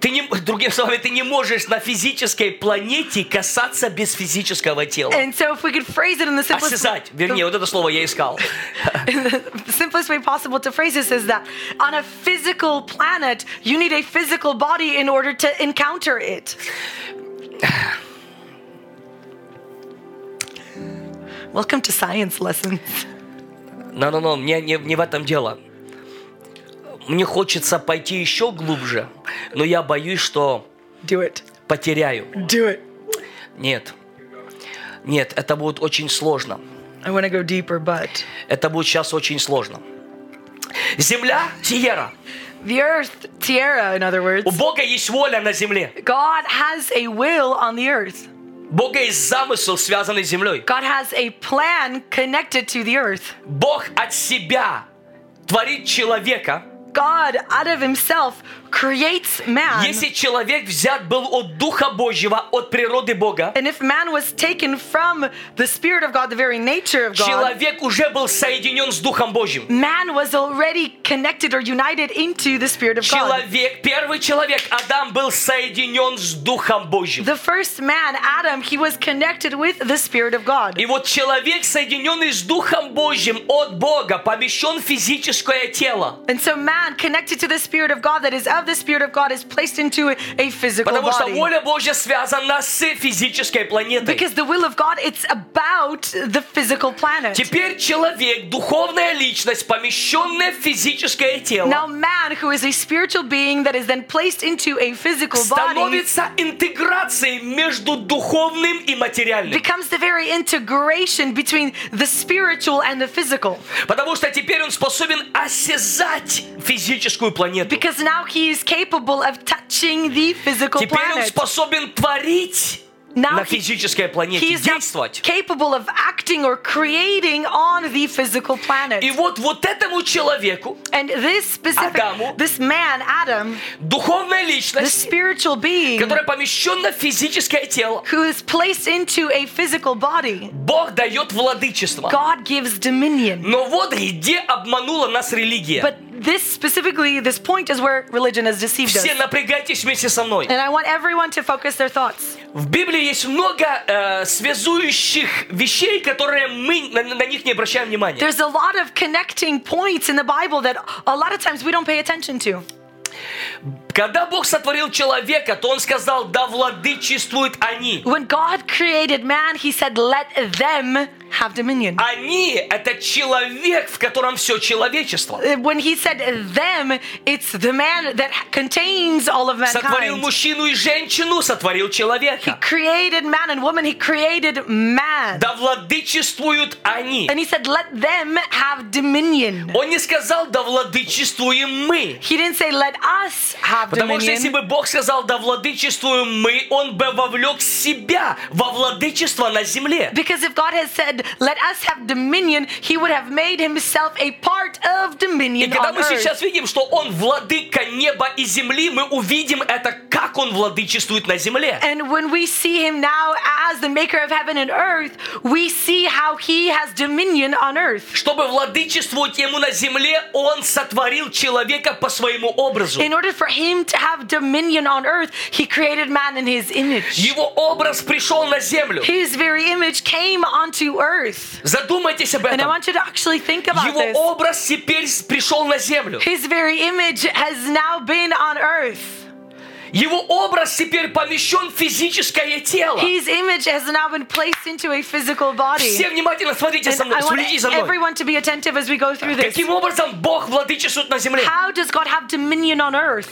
S2: ты не, другими словами, ты не можешь на физической планете касаться без физического тела.
S3: And so, if we could phrase it in the simplest,
S2: Осязать, вернее, вот это слово я искал.
S3: the simplest way possible to phrase this is that on a physical planet, you need a physical body in order to encounter it. Welcome to science lessons.
S2: Но-но-но, мне не, не в этом дело. Мне хочется пойти еще глубже, но я боюсь, что
S3: Do it.
S2: потеряю.
S3: Do it.
S2: Нет. Нет, это будет очень сложно.
S3: I want to go deeper, but
S2: Это будет сейчас очень сложно. Земля Тиера.
S3: the earth, Tierra, in other words,
S2: У Бога есть воля на земле.
S3: God has a will on the earth.
S2: У Бога есть замысел, связанный с землей.
S3: God has a plan connected to the earth.
S2: Бог от себя творит человека.
S3: God, out of himself, creates man.
S2: Если человек взят был от Духа Божьего, от природы Бога,
S3: And if man was taken from the Spirit of God, the very nature of God,
S2: человек уже был соединен с Духом Божьим.
S3: man was already connected or united into the Spirit of God.
S2: Человек, первый человек, Адам, был соединен с Духом Божьим.
S3: The first man, Adam, he was connected with the Spirit of God.
S2: И вот человек, соединенный с Духом Божьим от Бога, помещен в физическое тело.
S3: And so man connected to the Spirit of God, that is of the Spirit of God, is placed into a- a physical
S2: Потому что
S3: body.
S2: воля Божья связана с физической планетой.
S3: Because the will of God, it's about the physical planet.
S2: Теперь человек, духовная личность, помещенная в физическое
S3: Now
S2: тело,
S3: man, who is a spiritual being that is then placed into a physical body,
S2: становится интеграцией между духовным и материальным.
S3: becomes the very integration between the spiritual and the physical.
S2: Потому что теперь он способен осязать физическую планету.
S3: Because now he is capable of touching the physical
S2: Теперь он
S3: planet.
S2: способен творить на
S3: Now he,
S2: физической
S3: he
S2: планете,
S3: is now
S2: действовать.
S3: capable of acting or creating on the physical planet.
S2: И вот вот этому человеку,
S3: And this specific,
S2: Адаму.
S3: this man, Adam,
S2: духовная
S3: the
S2: личность,
S3: spiritual being
S2: которая помещена в физическое тело,
S3: who is placed into a physical body,
S2: Бог дает владычество.
S3: God gives dominion.
S2: Но вот где обманула нас религия.
S3: But this specifically, this point is where religion has deceived us.
S2: Все напрягайтесь вместе со мной.
S3: And I want everyone to focus their thoughts.
S2: В Библии есть много э, связующих вещей, которые мы на, на них не обращаем внимания.
S3: There's a lot of connecting points in the Bible that a lot of times we don't pay attention to.
S2: Когда Бог сотворил человека, то Он сказал, да владычествуют они.
S3: When God created man, he said, let them have dominion.
S2: Они – это человек, в котором все человечество.
S3: Uh, When he said them, it's the man that contains all of
S2: Сотворил
S3: mankind.
S2: мужчину и женщину, сотворил
S3: He
S2: человека.
S3: created man and woman, he created man.
S2: Да владычествуют они.
S3: And he said, let them have dominion.
S2: Он не сказал, да владычествуем мы.
S3: He didn't say, let us have
S2: Потому что если
S3: dominion.
S2: бы Бог сказал, да владычествуем мы, Он бы вовлек себя во владычество на земле.
S3: Because if God has said, let us have dominion, he would have made himself a part of
S2: И
S3: dominion
S2: когда
S3: on
S2: мы
S3: earth.
S2: сейчас видим, что Он владыка неба и земли, мы увидим это, как Он владычествует на земле.
S3: And when we see him now as the maker of heaven and earth, we see how he has dominion on earth.
S2: Чтобы владычествовать Ему на земле, Он сотворил человека по своему образу.
S3: In order for him to have dominion on earth, he created man in his image.
S2: Его образ пришел на землю.
S3: His very image came onto earth.
S2: Задумайтесь об
S3: And I
S2: этом.
S3: want you to actually think about
S2: Его
S3: this.
S2: образ теперь пришел на землю.
S3: His very image has now been on earth.
S2: Его образ теперь помещен в физическое тело.
S3: His image has now been placed into a physical body.
S2: Все внимательно смотрите
S3: And
S2: со мной,
S3: I want
S2: следите за мной.
S3: everyone to be attentive as we go through this.
S2: Каким образом Бог владычествует на земле?
S3: How does God have dominion on earth?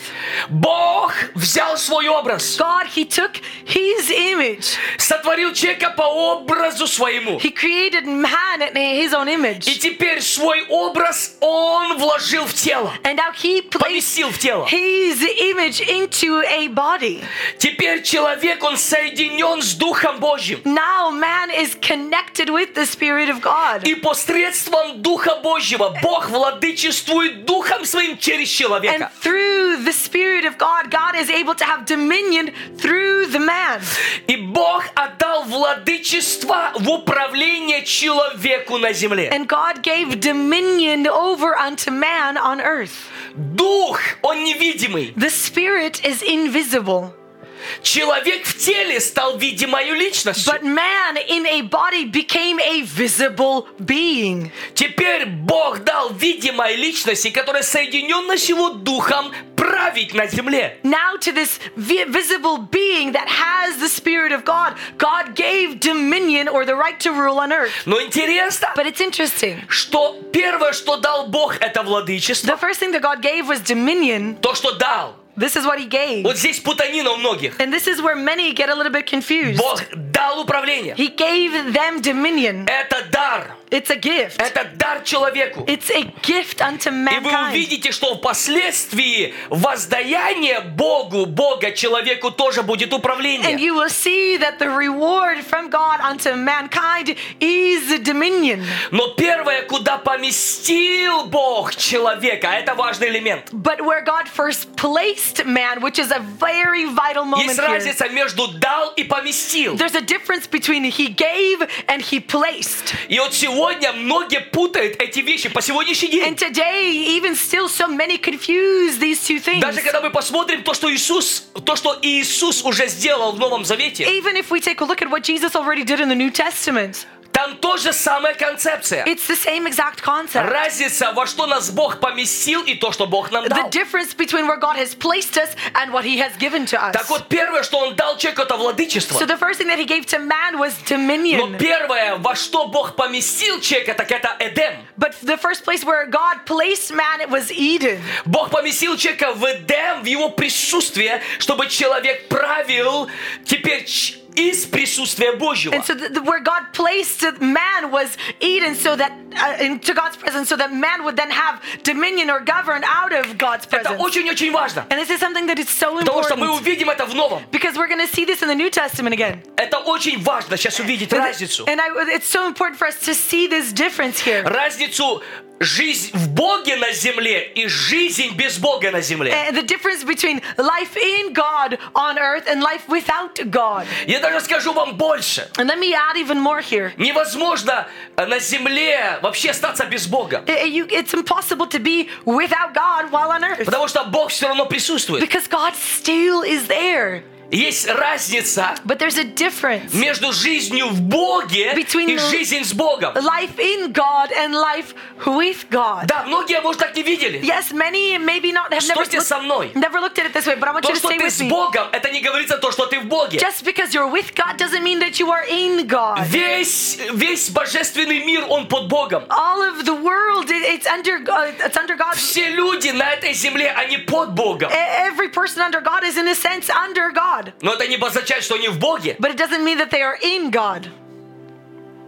S2: Бог взял свой образ,
S3: God, He took His image.
S2: сотворил человека по образу своему.
S3: He created man in His own
S2: И
S3: image.
S2: теперь свой образ Он вложил в тело,
S3: And now He placed
S2: поместил в тело.
S3: His image into a body.
S2: Теперь человек, он соединен с Духом Божьим.
S3: Now man is connected with the Spirit of God.
S2: И посредством Духа Божьего Бог владычествует Духом Своим через
S3: And
S2: человека.
S3: through the Spirit of God, God is able to have dominion through the man.
S2: И Бог отдал владычество в управление человеку на земле.
S3: And God gave dominion over unto man on earth.
S2: Дух, он невидимый.
S3: The Spirit is invisible,
S2: Человек в теле стал видимою личностью.
S3: but man in a body became a visible being.
S2: Теперь Бог дал видимой личности, которая соединена с его духом, править на земле.
S3: Now, to this vi- visible being that has the Spirit of God, God gave dominion or the right to rule on earth.
S2: Но интересно,
S3: But it's interesting.
S2: что первое, что дал Бог, это владычество.
S3: The first thing that God gave was dominion.
S2: То, что дал.
S3: This is what He gave.
S2: Вот здесь путанина у многих.
S3: And this is where many get a little bit confused.
S2: Бог дал управление.
S3: He gave them dominion.
S2: Это дар.
S3: It's a gift.
S2: Это дар человеку.
S3: It's a gift unto
S2: И вы
S3: mankind.
S2: увидите, что впоследствии воздаяние Богу, Бога человеку тоже будет
S3: And
S2: управление.
S3: you will see that the reward from God unto mankind is dominion.
S2: Но первое, куда поместил Бог человека, а это важный элемент.
S3: But where God first placed man, which is a very vital moment
S2: Есть
S3: here.
S2: разница между дал и поместил.
S3: There's a difference between he gave and he placed.
S2: И вот сегодня многие путают эти вещи по сегодняшний
S3: And
S2: день.
S3: today, even still, so many confuse these two things.
S2: Даже когда мы посмотрим то, что Иисус, то, что Иисус уже сделал в Новом Завете,
S3: Even if we take a look at what Jesus already did in the New Testament,
S2: там тоже самая концепция.
S3: it's the same exact concept.
S2: Разница, во что нас Бог поместил и то, что Бог нам
S3: The
S2: дал.
S3: difference between where God has placed us and what he has given to us.
S2: Так вот, первое, что он дал человеку, это владычество.
S3: So the first thing that he gave to man was
S2: Но
S3: dominion.
S2: первое, во что Бог поместил человека, так это Эдем.
S3: But the first place where God placed man it was Eden.
S2: Бог поместил человека в Эдем, в его присутствие, чтобы человек правил теперь ч- из присутствия Божьего.
S3: And so the, the- where God placed man was Eden so that uh, into God's presence so that man would then have dominion or govern out of God's
S2: Это
S3: presence.
S2: очень-очень важно.
S3: And this is something that is so
S2: Потому что мы
S3: important
S2: увидим это в новом.
S3: because we're going to see this in the New Testament again.
S2: Это очень важно сейчас увидеть разницу.
S3: And I, it's so important for us to see this difference here.
S2: Разницу жизнь в Боге на земле и жизнь без Бога на земле.
S3: And Eh, the difference between life in God on earth and life without God.
S2: Я даже скажу вам больше.
S3: And let me add even more here.
S2: Невозможно э, на земле вообще остаться без Бога.
S3: It- it- Eh, you- it's impossible to be without God while on earth
S2: Потому что Бог все равно присутствует.
S3: because God still is there.
S2: Есть разница
S3: But there's a difference.
S2: между жизнью в Боге
S3: Between
S2: и
S3: the-
S2: жизнь с Богом.
S3: Life in God and life with God.
S2: Да, многие, а может, так не видели.
S3: Yes, many maybe not have
S2: Что
S3: never
S2: те со мной?
S3: looked, never looked at it this way, but I want you
S2: То,
S3: to
S2: что
S3: stay
S2: ты
S3: with
S2: с
S3: me.
S2: Богом, это не говорится то, что ты в Боге.
S3: Just because you're with God doesn't mean that you are in God.
S2: Весь, весь божественный мир, он под Богом.
S3: All of the world, it- it's under God. It's under God.
S2: Все люди на этой земле, они под Богом.
S3: E- Every person under God is, in a sense, under God.
S2: Но это не обозначает, что они в Боге.
S3: But it doesn't mean that they are in God.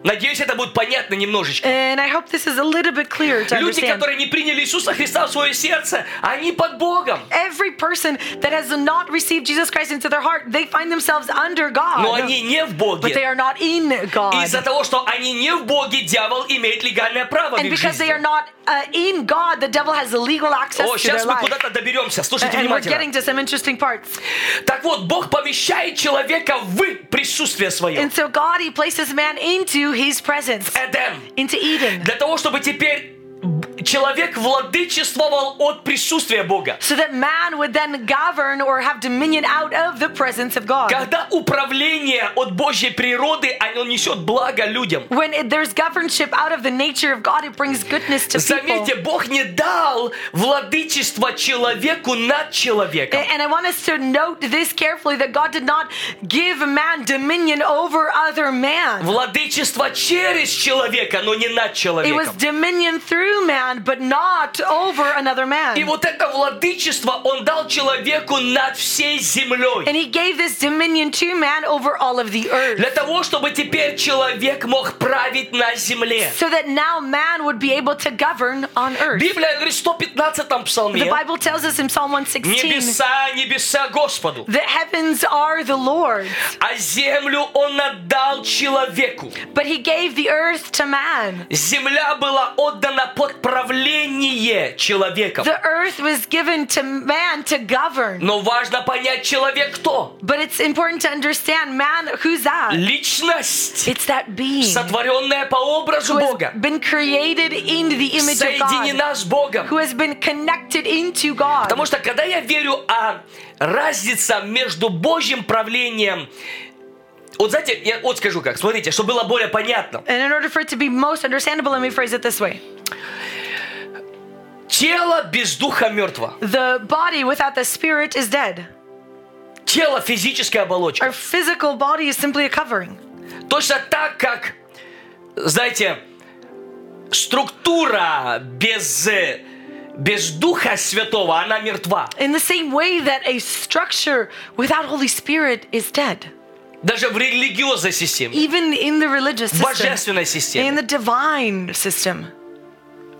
S2: Надеюсь, это будет понятно немножечко.
S3: And I hope this is a little bit clearer to
S2: Люди,
S3: understand.
S2: которые не приняли Иисуса Христа в свое сердце, они под Богом.
S3: Every person that has not received Jesus Christ into their heart, they find themselves under God.
S2: Но они не в
S3: А, But they
S2: Боге.
S3: are not in God.
S2: Из-за того, что они не в Боге, дьявол имеет легальное право в
S3: And
S2: их
S3: because they are
S2: жизни.
S3: not uh, in God, the devil has illegal access
S2: О,
S3: to their
S2: сейчас мы
S3: life.
S2: куда-то доберемся. Слушайте
S3: And we're
S2: внимательно.
S3: getting to some interesting parts.
S2: Так вот, Бог помещает человека в присутствие свое.
S3: And so God, He places man into His presence,
S2: Эдем.
S3: into Eden,
S2: Для того, чтобы теперь б- человек владычествовал от присутствия Бога.
S3: so that man would then govern or have dominion out of the presence of God.
S2: Когда управление от Божьей природы, оно несет благо людям.
S3: When it, there's governorship out of the nature of God, it brings goodness to people.
S2: Заметьте, Бог не дал владычество человеку над человеком.
S3: And I want us to note this carefully that God did not give man dominion over other man.
S2: Владычество через человека, но не над
S3: It was
S2: человеком.
S3: dominion through man, but not over another man.
S2: И вот это владычество Он дал человеку над всей землей.
S3: And he gave this dominion to man over all of the earth.
S2: Для того, чтобы теперь человек мог править на земле.
S3: So that now man would be able to govern on earth.
S2: Библия говорит в 115
S3: The
S2: псалме.
S3: Bible tells us in Psalm 116
S2: Небеса, небеса Господу,
S3: the heavens are the Lord,
S2: а землю Он отдал человеку.
S3: but he gave the earth to man.
S2: Земля была отдана под правление человеком.
S3: The earth was given to man to govern.
S2: Но важно понять, человек кто?
S3: But it's important to understand man, who's that?
S2: Личность,
S3: It's that being
S2: сотворенная по образу
S3: who
S2: Бога,
S3: has been created in the image of God,
S2: соединена с Богом.
S3: who has been connected into God.
S2: Потому что когда я верю о разнице между Божьим правлением, вот знаете, я вот скажу как, смотрите, чтобы было более понятно.
S3: And in order for it to be most understandable, let me phrase it this way.
S2: Тело без духа мертво.
S3: The body without the spirit is dead.
S2: Тело физическая оболочка.
S3: Our physical body is simply a covering.
S2: Точно так, как, знаете, структура без, э, без Духа Святого, она мертва.
S3: In the same way that a structure without Holy Spirit is dead.
S2: Даже в религиозной системе,
S3: Even in the religious
S2: в
S3: system,
S2: божественной
S3: in
S2: системе.
S3: the divine system.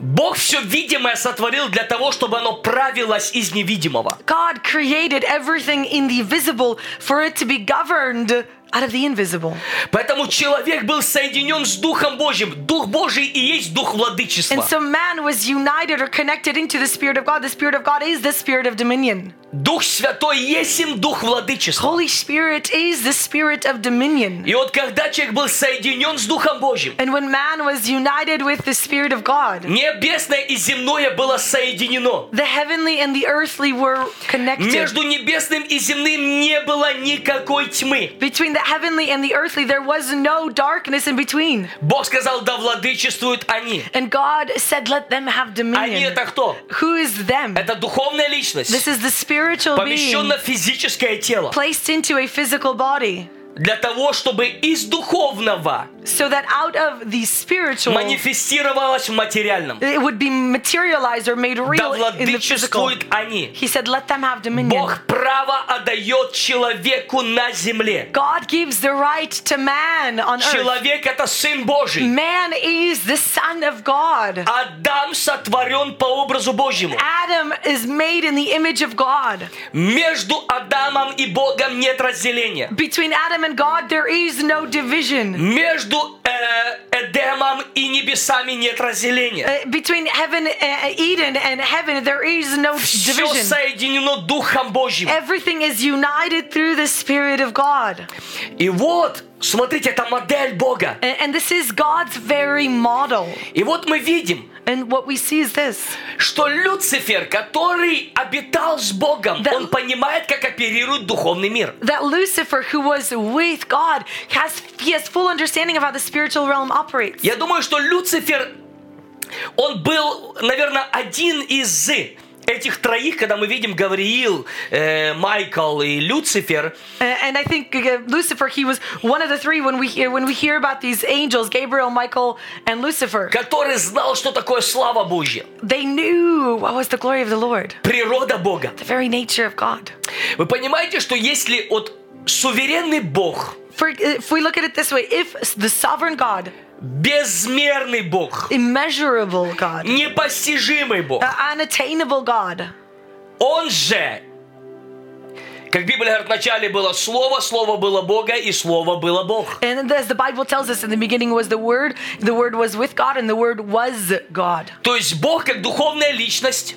S2: Бог все видимое сотворил для того, чтобы оно правилось из невидимого.
S3: God created everything in the visible for it to be governed out of the invisible.
S2: Поэтому человек был соединен с Духом Божьим. Дух Божий и есть Дух
S3: And
S2: Владычества.
S3: so man was united or connected into the Spirit of God. The Spirit of God is the Spirit of dominion.
S2: Дух Святой есть им Дух Владычества.
S3: Holy Spirit is the Spirit of dominion.
S2: И вот когда человек был соединен с Духом Божьим,
S3: And when man was united with the Spirit of God,
S2: небесное и земное было соединено.
S3: the heavenly and the earthly were connected.
S2: Между небесным и земным не было никакой тьмы.
S3: Between the heavenly and the earthly, there was no darkness in between.
S2: Бог сказал, да владычествуют они.
S3: And God said, Let them have
S2: Они
S3: dominion.
S2: это кто?
S3: Who is them?
S2: Это духовная личность,
S3: This is the spiritual being
S2: помещенная в физическое тело,
S3: placed into a physical body
S2: для того, чтобы из духовного
S3: so that out of the spiritual, it
S2: манифестировалось в материальном.
S3: would be materialized or made
S2: Да
S3: real in the physical.
S2: владычествуют они.
S3: He said, Let them have dominion.
S2: Бог право отдает человеку на земле.
S3: God gives the right to man on earth.
S2: Человек это Сын Божий.
S3: Man is the Son of God.
S2: Адам сотворен по образу Божьему.
S3: Adam is made in the image of God.
S2: Между Адамом и Богом нет разделения.
S3: Between Adam and God, there is no
S2: Mm.
S3: division.
S2: Между э, Эдемом и небесами нет разделения.
S3: Uh, Between heaven, uh, Eden and heaven, there is no
S2: Все
S3: division. Э.
S2: соединено Духом Божьим.
S3: Everything is united through the Spirit of God.
S2: И вот Смотрите, это модель Бога.
S3: And, and this is God's very model.
S2: И вот мы видим,
S3: And what we see is this
S2: что Люцифер, который обитал с Богом,
S3: Да.
S2: он понимает, как оперирует духовный мир.
S3: that Lucifer, who was with God, has he has full understanding of how the spiritual realm operates.
S2: Я думаю, что Люцифер, он был, наверное, один из этих троих, когда мы видим Гавриил, э, Майкл и Люцифер,
S3: A- And I think uh, Lucifer, he was one of the three when we hear when we hear about these angels, Gabriel, Michael, and Lucifer.
S2: который знал, что такое слава Божья,
S3: They knew what was the glory of the Lord,
S2: природа Бога.
S3: the very nature of God.
S2: Вы понимаете, что если вот суверенный Бог,
S3: For if we look at it this way, if the sovereign God,
S2: безмерный Бог,
S3: immeasurable God,
S2: непостижимый Бог,
S3: the unattainable God,
S2: Он же, как Библия говорит, вначале было Слово, Слово было Бога, и Слово было Бог.
S3: and as the Bible tells us, in the beginning was the Word, the Word was with God, and the Word was God.
S2: То есть Бог как духовная личность,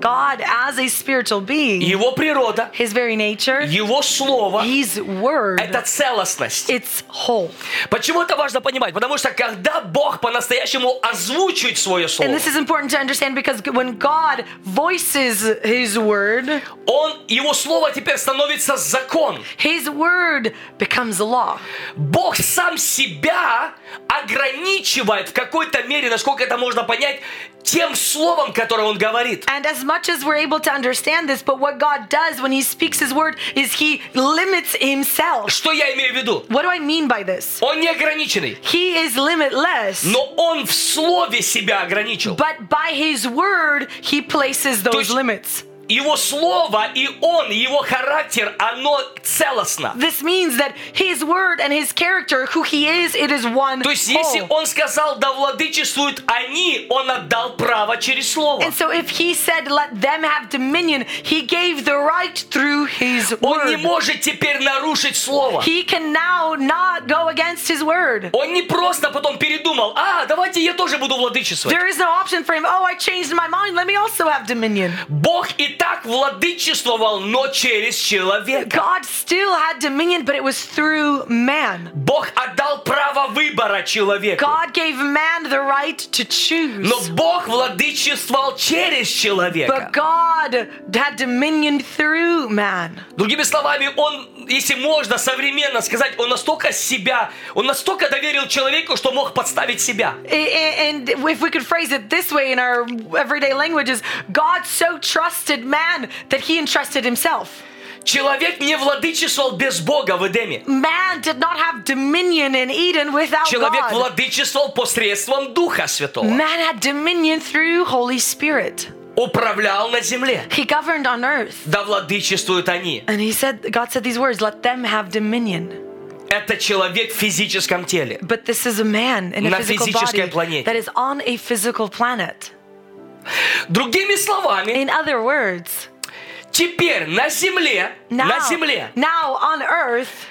S3: God as a spiritual being,
S2: Его природа,
S3: His very nature,
S2: Его Слово –
S3: His Word,
S2: это целостность.
S3: it's whole.
S2: Почему это важно понимать? Потому что когда Бог по-настоящему озвучивает свое
S3: And
S2: Слово,
S3: this is important to understand because when God voices His Word,
S2: он, Его Слово теперь становится закон.
S3: His Word becomes law.
S2: Бог сам себя ограничивает в какой-то мере, насколько это можно понять, тем словом, которое Он говорит.
S3: And as much as we're able to understand this, but what God does when He speaks His Word is He limits Himself.
S2: Что я имею в виду?
S3: What do I mean by this?
S2: Он не ограниченный,
S3: He is limitless,
S2: но Он в слове себя ограничил.
S3: but by His Word, He places those
S2: есть-
S3: limits.
S2: Его слово и Он, и Его характер, оно целостно.
S3: This means that his word and his character, who he is, it is one
S2: То есть, если
S3: whole.
S2: он сказал, да владычествуют они, он отдал право через слово.
S3: And so if he said, let them have dominion, he gave the right through his
S2: Он не
S3: word.
S2: может теперь нарушить слово.
S3: He can now not go against his word.
S2: Он не просто потом передумал, а, давайте я тоже буду владычествовать.
S3: There is no option for him. Oh, I changed my mind. Let me also have dominion.
S2: Бог и так владычествовал, но через человека.
S3: God still had dominion, but it was through man.
S2: Бог отдал право выбора человеку.
S3: God gave man the right
S2: Но
S3: to choose.
S2: Бог владычествовал через человека.
S3: But God had dominion through man.
S2: Другими словами, он, если можно современно сказать, он настолько себя, он настолько доверил человеку, что мог подставить себя.
S3: A- a- And if we could phrase it this way in our everyday language, is God so trusted man that he entrusted himself.
S2: Человек не владычествовал без Бога в Эдеме.
S3: Man did not have dominion in Eden without
S2: Человек
S3: God.
S2: владычествовал посредством Духа Святого.
S3: Man had dominion through Holy Spirit.
S2: Управлял на земле.
S3: He governed on earth.
S2: Да владычествуют они.
S3: And he said, God said these words, let them have dominion.
S2: Это человек в физическом теле.
S3: But this is a man in a
S2: На
S3: physical
S2: физической
S3: body
S2: планете.
S3: that is on a physical planet.
S2: Другими словами,
S3: In other words,
S2: теперь на земле,
S3: now,
S2: на земле,
S3: now on earth,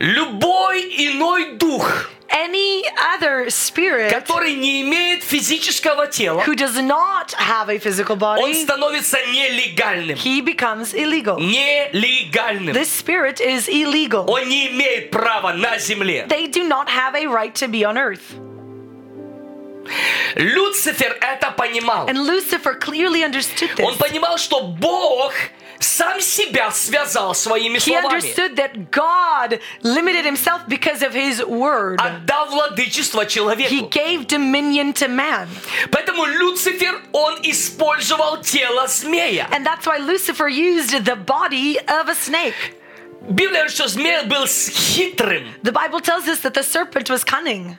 S2: любой иной дух,
S3: any other spirit
S2: который не имеет физического тела,
S3: who does not have a physical
S2: он
S3: body,
S2: становится нелегальным.
S3: he becomes
S2: Mm.
S3: illegal.
S2: Нелегальным.
S3: This spirit is illegal.
S2: Он не имеет права на земле.
S3: They do not have a right to be on earth.
S2: Люцифер это понимал.
S3: And Lucifer clearly understood
S2: Он
S3: this.
S2: понимал, что Бог сам себя связал своими
S3: He
S2: словами.
S3: understood that God limited himself because of his word.
S2: Отдал владычество
S3: He
S2: человеку.
S3: gave dominion to man.
S2: Поэтому Люцифер, он использовал тело змея.
S3: And that's why Lucifer used the body of a snake.
S2: Библия говорит, что змей был с- хитрым.
S3: The Bible tells us that the serpent was cunning.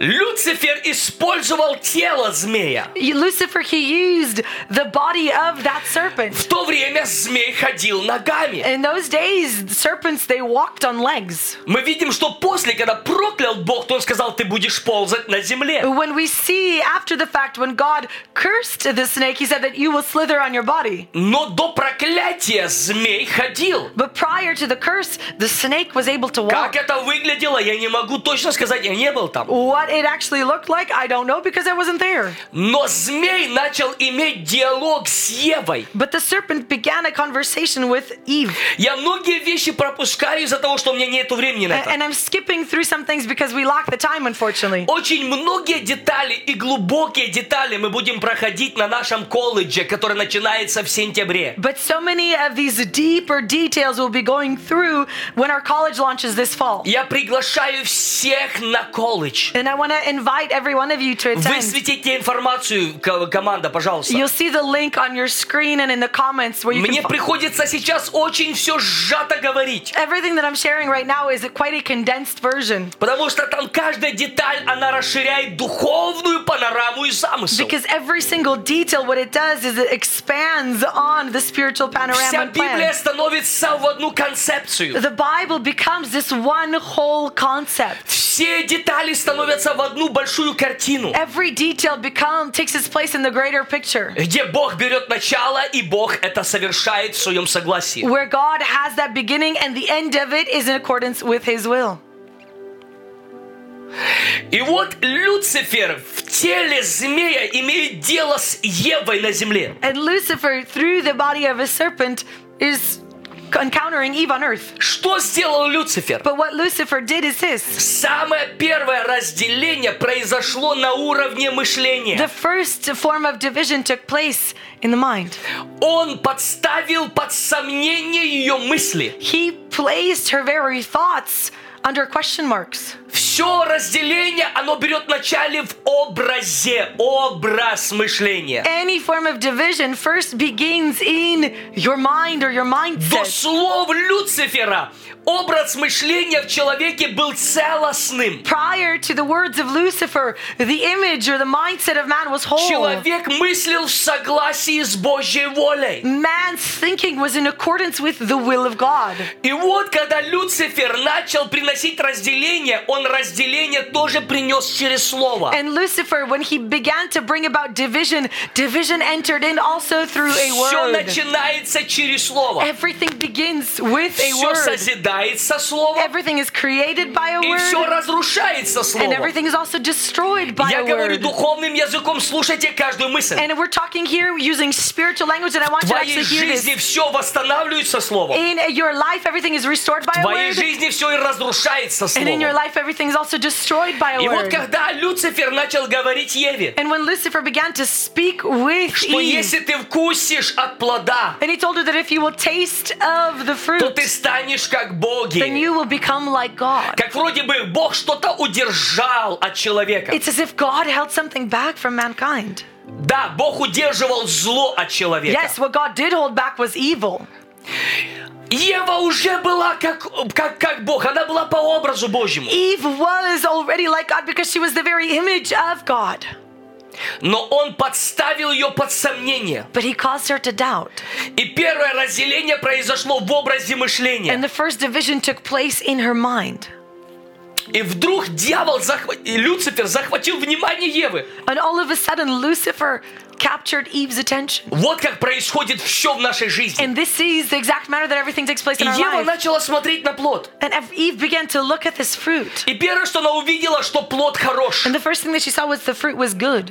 S2: Люцифер использовал тело змея.
S3: Lucifer, he used the body of that
S2: В
S3: serpent.
S2: то время змей ходил ногами.
S3: In those days, serpents, they walked on legs.
S2: Мы видим, что после, когда проклял Бог, то он сказал, ты будешь ползать на земле.
S3: When we see after the fact, when God cursed the snake, he said that you will slither on your body.
S2: Но до проклятия змей ходил.
S3: But prior to the curse, the snake was able to
S2: Как
S3: walk.
S2: это выглядело, я не могу точно сказать, я не был там.
S3: What What it actually looked like, I don't know because I wasn't there.
S2: Но змей начал иметь диалог с Евой.
S3: But the serpent began a conversation with Eve.
S2: Я многие вещи пропускаю из-за того, что у меня нет времени на
S3: A-
S2: это.
S3: And I'm skipping through some things because we lack the time, unfortunately.
S2: Очень многие детали и глубокие детали мы будем проходить на нашем колледже, который начинается в сентябре.
S3: But so many of these deeper details we'll be going through when our college launches this fall.
S2: Я приглашаю всех на колледж.
S3: And I want to invite every one of you to attend.
S2: Высветите информацию, ко- команда, пожалуйста.
S3: You'll see the link on your screen and in the comments where you
S2: Мне
S3: can. fi-
S2: приходится сейчас очень все сжато говорить.
S3: Everything that I'm sharing right now is quite a condensed version
S2: Потому что там каждая деталь, она расширяет духовную панораму и замысел.
S3: because every single detail, what it does is it expands on the spiritual panorama
S2: Вся
S3: and
S2: Библия
S3: plan.
S2: становится в одну концепцию.
S3: The Bible becomes this one whole concept.
S2: Все детали становятся в одну большую картину,
S3: Every detail become takes its place in the greater picture.
S2: где Бог берет начало, и Бог это совершает в своем согласии.
S3: where God has that beginning and the end of it is in accordance with His will.
S2: И вот Люцифер в теле змея имеет дело с Евой на земле.
S3: And Lucifer, through the body of a serpent, is encountering Eve on earth.
S2: Что сделал Люцифер?
S3: But what Lucifer did is this
S2: Самое первое разделение произошло на уровне
S3: the
S2: мышления.
S3: first form of division took place in the mind.
S2: Он подставил под сомнение ее мысли.
S3: He placed her very thoughts under question marks.
S2: Все разделение, оно берет начале в образе, образ мышления.
S3: Any form of division first begins in your mind or your
S2: До
S3: mindset.
S2: слов Люцифера образ мышления в человеке был целостным.
S3: Prior to the words of Lucifer, the image or the mindset of man was whole.
S2: Человек мыслил в согласии с Божьей волей.
S3: man's thinking was in accordance with the will of God.
S2: И вот, когда Люцифер начал приносить разделение, он разделение тоже принес через слово.
S3: And Lucifer, when he began to bring about division, division entered in also through a
S2: Все
S3: word.
S2: начинается через слово.
S3: Everything begins with a
S2: Все
S3: word.
S2: созидается словом.
S3: Everything is created by a
S2: И все
S3: word,
S2: разрушается
S3: and
S2: словом.
S3: everything is also destroyed by
S2: Я
S3: a
S2: говорю
S3: word.
S2: духовным языком, слушайте каждую мысль.
S3: And we're talking here using spiritual language, and I
S2: В
S3: want you to
S2: твоей
S3: actually hear
S2: жизни
S3: this.
S2: все восстанавливается словом.
S3: In your life, everything is restored by
S2: В
S3: a
S2: твоей
S3: word,
S2: жизни все и разрушается
S3: and in your
S2: словом.
S3: life, everything is also destroyed by
S2: И
S3: a
S2: вот
S3: word.
S2: когда Люцифер начал говорить Еве,
S3: And when Lucifer began to speak with
S2: что
S3: Eve,
S2: если ты вкусишь от плода,
S3: And he told her that if you will taste of the
S2: то
S3: fruit,
S2: ты станешь как
S3: then
S2: боги.
S3: you will become like God.
S2: Как вроде бы Бог что-то удержал от человека.
S3: It's as if God held something back from mankind.
S2: Да, Бог удерживал зло от человека.
S3: Yes, what God did hold back was evil.
S2: Ева уже была как, как, как Бог, она была по образу Божьему.
S3: Eve was already like God because she was the very image of God.
S2: Но он подставил ее под сомнение.
S3: But he caused her to doubt.
S2: И первое разделение произошло в образе
S3: And
S2: мышления.
S3: the first division took place in her mind.
S2: И вдруг дьявол, захва- и Люцифер захватил внимание Евы.
S3: And all of a sudden, Lucifer captured Eve's attention.
S2: Вот как происходит все в нашей жизни.
S3: And this is the exact manner that everything takes place
S2: И
S3: in our
S2: Ева
S3: life.
S2: начала смотреть на плод.
S3: And Eve began to look at this fruit.
S2: И первое, что она увидела, что плод хорош.
S3: And the first thing that she saw was the fruit was good.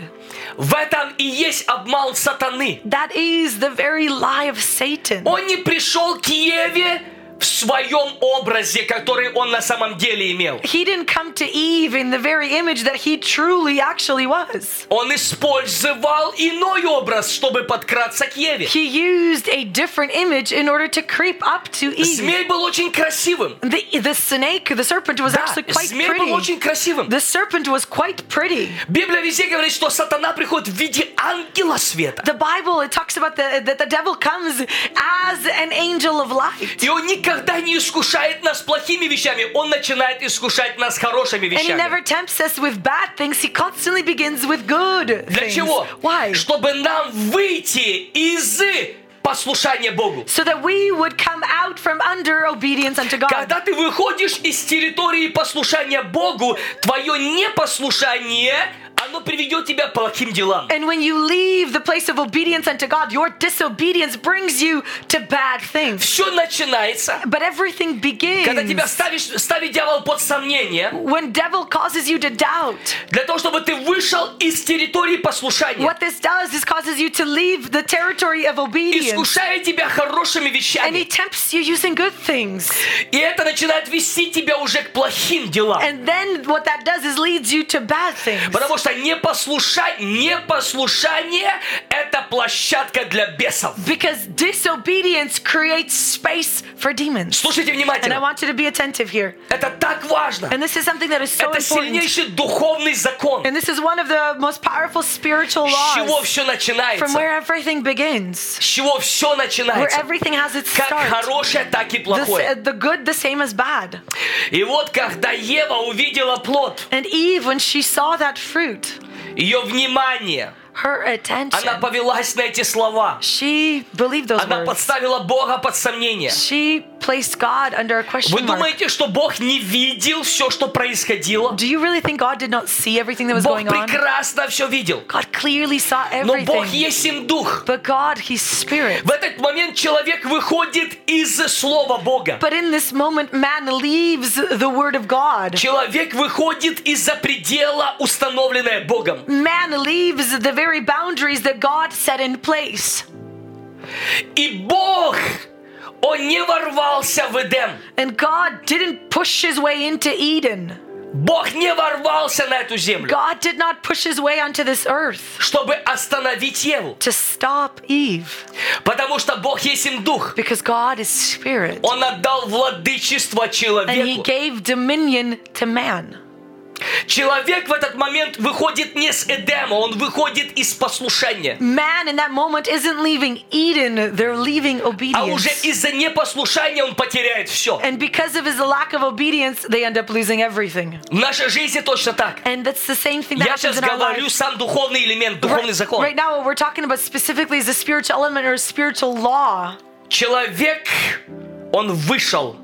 S2: В этом и есть обман сатаны.
S3: That is the very lie of Satan.
S2: Он не пришел к Еве в своем образе, который он на самом деле имел.
S3: He didn't come to Eve in the very image that he truly actually was.
S2: Он использовал иной образ, чтобы подкраться к Еве.
S3: He used a different image in order to creep up to Eve.
S2: Змей был очень красивым.
S3: The, the snake, the serpent, was
S2: Да,
S3: actually quite
S2: змей был очень
S3: pretty.
S2: красивым.
S3: The serpent was quite pretty.
S2: Библия везде говорит, что сатана приходит в виде ангела света.
S3: The Bible it talks about the, that the devil comes as an angel of light,
S2: И он никогда не искушает нас плохими вещами. Он начинает искушать нас хорошими
S3: and he never
S2: вещами.
S3: tempts us with bad things. He constantly begins with good
S2: Для
S3: things.
S2: чего?
S3: Why?
S2: Чтобы нам выйти из послушания Богу.
S3: so that we would come out from under obedience unto God.
S2: Когда ты выходишь из территории послушания Богу, твое непослушание, Оно приведет тебя к плохим делам.
S3: And when you leave the place of obedience unto God, your disobedience brings you to bad things.
S2: Все начинается,
S3: But everything
S2: когда тебя
S3: begins
S2: ставишь, ставит дьявол под сомнение,
S3: when devil causes you to doubt.
S2: для того, чтобы ты вышел из территории послушания.
S3: What this does is causes you to leave the territory of obedience.
S2: Искушая тебя хорошими
S3: And he
S2: вещами.
S3: tempts you using good things.
S2: И это начинает вести тебя уже к плохим делам.
S3: And then what that does is leads you to bad things.
S2: Потому что непослуша- непослушание – это площадка для бесов.
S3: Because disobedience creates space for demons.
S2: Слушайте
S3: And I
S2: внимательно.
S3: want you to be attentive here.
S2: Это так важно.
S3: And this is something that is so
S2: Это
S3: important.
S2: сильнейший духовный закон.
S3: And this is one of the most powerful spiritual
S2: С чего
S3: laws
S2: все
S3: from
S2: начинается?
S3: where everything begins,
S2: С чего все
S3: where
S2: начинается?
S3: everything has its
S2: Как
S3: start.
S2: хорошее, так и
S3: The, s-
S2: плохое.
S3: the good, the same as bad.
S2: И вот когда Ева увидела плод,
S3: And Eve, when she saw that fruit,
S2: ее внимание,
S3: her
S2: она
S3: attention,
S2: повелась на эти слова.
S3: she believed those
S2: Она
S3: words.
S2: подставила Бога под сомнение.
S3: She placed God under a
S2: Вы
S3: question mark.
S2: думаете, что Бог не видел все, что происходило?
S3: Do you really think God did not see everything that was
S2: Бог
S3: going on?
S2: прекрасно все видел.
S3: God clearly saw
S2: Но Бог
S3: everything.
S2: есть им дух.
S3: But God, He's Spirit.
S2: В этот момент человек выходит из Слова Бога.
S3: But in this moment, man leaves the Word of God.
S2: Человек выходит из-за предела, установленное Богом.
S3: Man leaves the very boundaries that God set in place.
S2: И Бог, Он не ворвался в Эдем.
S3: And God didn't push His way into Eden.
S2: Бог не ворвался на эту землю,
S3: God did not push His way onto this earth
S2: чтобы остановить Еву.
S3: to stop Eve.
S2: Потому что Бог есть им дух.
S3: Because God is Spirit.
S2: Он отдал владычество
S3: And He
S2: человеку.
S3: gave dominion to man.
S2: Человек в этот момент выходит не с Эдема, он выходит из послушания.
S3: Man in that moment isn't leaving Eden, they're leaving
S2: А уже
S3: obedience.
S2: из-за непослушания он потеряет все.
S3: And because of his lack of obedience, they end up losing everything.
S2: В нашей жизни точно так.
S3: And that's the same thing that
S2: Я
S3: happens
S2: сейчас
S3: in our
S2: говорю
S3: lives.
S2: сам духовный элемент, духовный
S3: Right,
S2: закон.
S3: right now, what we're talking about specifically is a spiritual element or a spiritual law.
S2: Человек, он вышел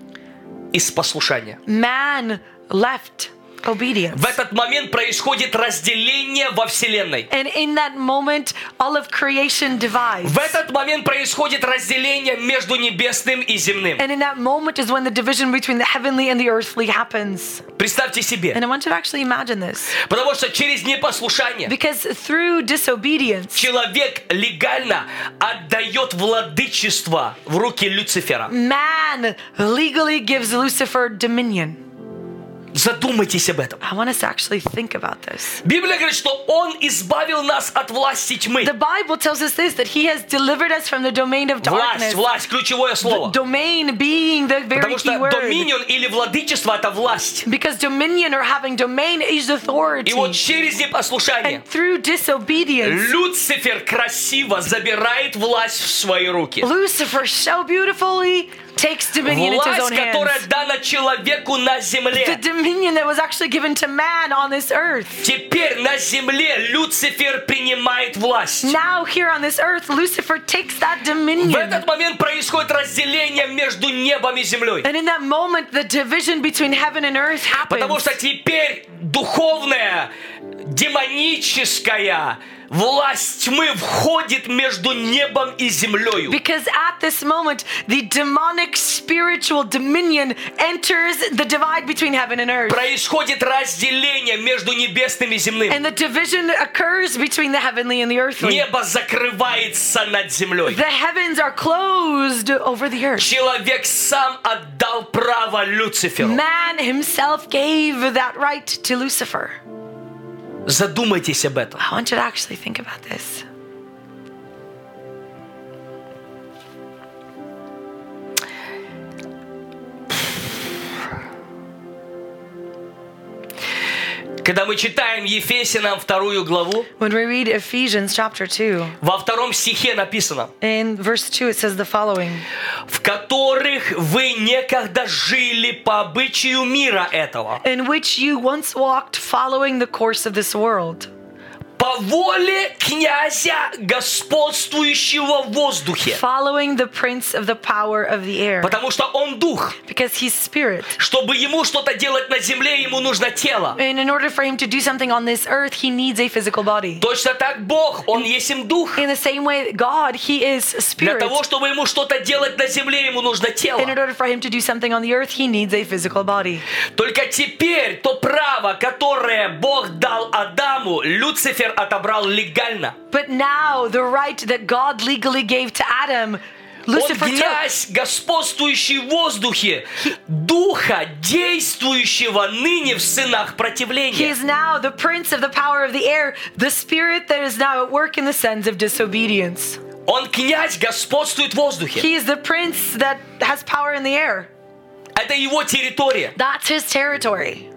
S2: из послушания.
S3: Man left obedience.
S2: В этот момент происходит разделение во Вселенной.
S3: And in that moment, all of creation divides.
S2: В этот момент происходит разделение между небесным и земным.
S3: And in that moment is when the division between the heavenly and the earthly happens.
S2: Представьте себе.
S3: And I want you to actually imagine this.
S2: Потому что через непослушание
S3: Because through disobedience,
S2: человек легально отдает владычество в руки Люцифера.
S3: man legally gives Lucifer dominion.
S2: Задумайтесь об этом.
S3: I want us to actually think about this.
S2: Библия говорит, что Он избавил нас от власти тьмы.
S3: The Bible tells us this that he has delivered us from the domain of
S2: Власть,
S3: darkness.
S2: власть, ключевое
S3: The
S2: слово.
S3: domain being the very
S2: Потому
S3: key
S2: что
S3: word.
S2: доминион или владычество – это власть.
S3: Because dominion or having domain is authority.
S2: И вот через непослушание
S3: And through disobedience,
S2: Люцифер красиво забирает власть в свои руки.
S3: Lucifer so beautifully takes dominion into his
S2: Власть,
S3: own
S2: которая
S3: hands.
S2: дана человеку на
S3: The
S2: земле.
S3: dominion that was actually given to man on this earth.
S2: Теперь на земле Люцифер принимает власть.
S3: Now, here on this earth, Lucifer takes that
S2: В
S3: dominion.
S2: этот момент происходит разделение между небом и землей.
S3: And in that moment, the division between heaven and earth happens.
S2: Потому что теперь духовная, демоническая власть тьмы входит между небом и землей.
S3: Because at this moment, the demonic spiritual dominion enters the divide between heaven and earth.
S2: Происходит разделение между небесным и земным.
S3: And the division occurs between the heavenly and the earthly.
S2: Небо закрывается над землей.
S3: The heavens are closed over the earth.
S2: Человек сам отдал право Люциферу.
S3: Man himself gave that right to Lucifer.
S2: Задумайтесь об этом.
S3: I want you to actually think about this.
S2: Когда мы читаем Ефесянам вторую главу,
S3: When we read Ephesians chapter 2,
S2: во втором стихе написано,
S3: in verse 2, it says the following.
S2: в которых вы некогда жили по обычаю мира этого,
S3: in which you once walked following the course of this world,
S2: по воле князя, господствующего в воздухе.
S3: following the prince of the power of the air.
S2: Потому что он дух.
S3: Because he's spirit.
S2: Чтобы ему что-то делать на земле, ему нужно тело.
S3: And in order for him to do something on this earth, he needs a physical body.
S2: Точно так Бог, Он есть им дух.
S3: In the same way, God, he is
S2: Для
S3: spirit.
S2: того, чтобы ему что-то делать на земле, ему нужно тело.
S3: And in order for him to do something on the earth, he needs a physical body.
S2: Только теперь то право, которое Бог дал Адаму, Люцифер отобрал легально.
S3: But now, the right that God legally gave to Adam, Lucifer
S2: Он
S3: took.
S2: князь, господствующий в воздухе, духа, действующего ныне в сынах
S3: He
S2: противления.
S3: is now the prince of the power of the air, the spirit that is now at work in the sons of disobedience.
S2: Он князь, господствует в воздухе.
S3: He is the prince that has power in the air.
S2: Это его территория.
S3: That's his territory.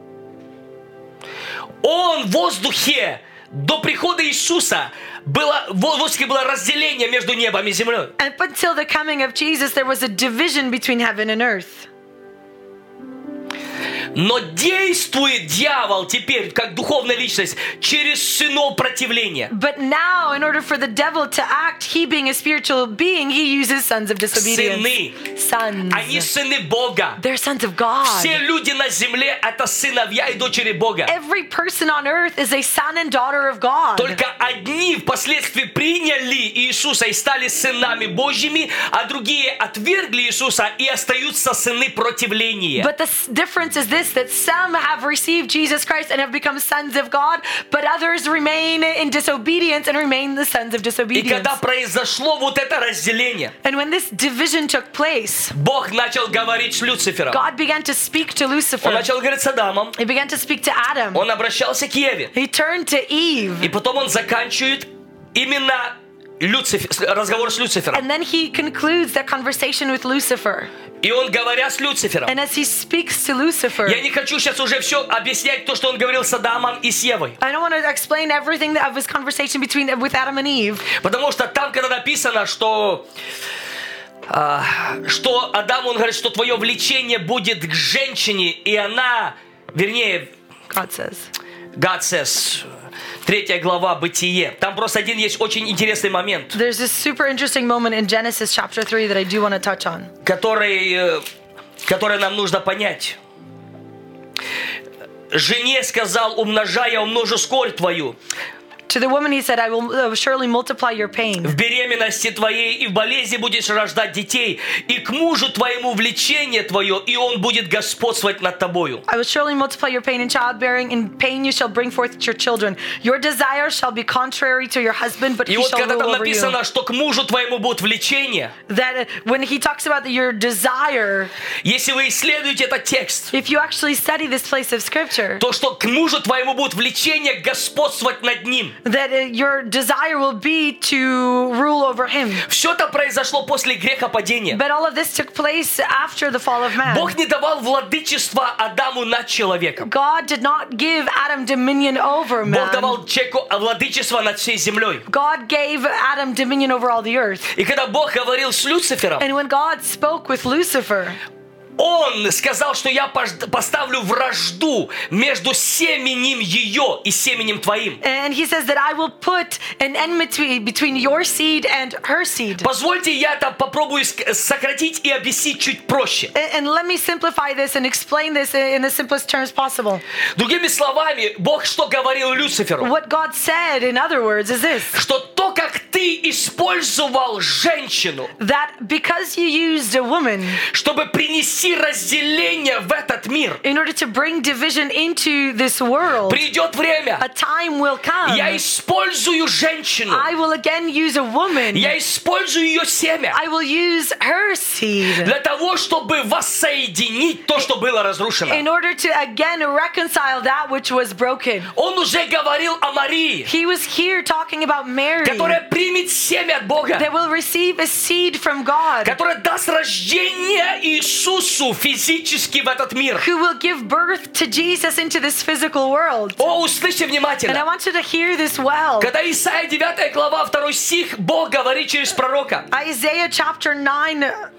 S2: Он в воздухе до прихода Иисуса было, в воздухе было разделение между небом и землей.
S3: Up until the coming of Jesus, there was a division between heaven and earth.
S2: Но действует дьявол теперь, как духовная личность, через сынов противления.
S3: But now, in order for the devil to act, he being a spiritual being, he uses sons of disobedience.
S2: Сыны.
S3: Sons.
S2: Они сыны Бога.
S3: They're sons of God.
S2: Все люди на земле – это сыновья и дочери Бога.
S3: Every person on earth is a son and daughter of God.
S2: Только одни впоследствии приняли Иисуса и стали сынами Божьими, а другие отвергли Иисуса и остаются сыны противления.
S3: But the s- difference is this that some have received Jesus Christ and have become sons of God, but others remain in disobedience and remain the sons of
S2: И
S3: disobedience.
S2: когда произошло вот это разделение,
S3: And when this division took place,
S2: Бог начал говорить с Люцифером.
S3: God began to speak to
S2: Он
S3: Lucifer.
S2: начал говорить с Адамом,
S3: He began to speak to Adam.
S2: он обращался к Еве.
S3: He turned to
S2: И
S3: Eve.
S2: потом он заканчивает именно Люцифер, с- разговор с Люцифером.
S3: And then he concludes that conversation with Lucifer.
S2: И он говоря с Люцифером.
S3: And as he speaks to Lucifer,
S2: Я не хочу сейчас уже все объяснять то, что он говорил с Адамом и с Евой.
S3: I don't want to explain everything that- of his conversation between with Adam and Eve.
S2: Потому что там, когда написано, что а, что Адам, он говорит, что твое влечение будет к женщине, и она, вернее,
S3: God says.
S2: God says, третья глава Бытие. Там просто один есть очень интересный момент,
S3: There's this super interesting moment in Genesis chapter 3 that I do want to touch on.
S2: который, э, который нам нужно понять. Жене сказал, умножай, я умножу скорбь твою
S3: To the woman, he said, I will uh, surely multiply your
S2: в
S3: pain.
S2: беременности твоей, и в болезни будешь рождать детей, и к мужу твоему влечение твое, и он будет господствовать над тобою.
S3: I will surely multiply your pain in childbearing. In pain you shall bring forth your children. Your desire shall be contrary to your husband, but
S2: И
S3: he
S2: вот
S3: shall
S2: когда там
S3: rule over you.
S2: написано, что к мужу твоему будет влечение,
S3: That uh, when he talks about your desire,
S2: если вы исследуете этот текст,
S3: if you actually study this place of scripture,
S2: то что к мужу твоему будет влечение господствовать над ним.
S3: that uh, your desire will be to rule over him.
S2: Все это произошло после грехопадения.
S3: But all of this took place after the fall of man.
S2: Бог не давал владычества Адаму над человеком.
S3: God did not give Adam dominion over
S2: Бог
S3: man.
S2: давал человеку владычество над всей землей.
S3: God gave Adam dominion over all the earth.
S2: И когда Бог говорил с Люцифером,
S3: And when God spoke with Lucifer,
S2: Он сказал, что я пож- поставлю вражду между семенем ее и семенем твоим.
S3: and he says that I will put an enmity between your seed and her seed.
S2: Позвольте я это попробую ск- сократить и объяснить чуть проще.
S3: A- And let me simplify this and explain this in the simplest terms possible.
S2: Другими словами, Бог что говорил Люциферу?
S3: What God said, in other words, is this
S2: Что то, как ты использовал женщину,
S3: that because you used a woman
S2: чтобы принести разделение в этот мир,
S3: in order to bring division into this world,
S2: придет
S3: a
S2: время.
S3: time will come.
S2: Я использую женщину.
S3: I will again use a woman.
S2: Я использую ее семя
S3: I will use her seed
S2: для того, чтобы воссоединить то, что было
S3: in
S2: разрушено.
S3: order to again reconcile that which was broken.
S2: Он уже говорил о Марии,
S3: He was here talking about Mary
S2: которая примет семя от
S3: that
S2: Бога,
S3: will receive a seed from God
S2: которая даст рождение Иисусу физически в этот мир.
S3: who will give birth to Jesus into this physical world.
S2: О, услышьте
S3: And I
S2: внимательно.
S3: want you to hear this well.
S2: Когда Исаия 9 глава 2 стих, Бог говорит через пророка.
S3: Isaiah chapter 9,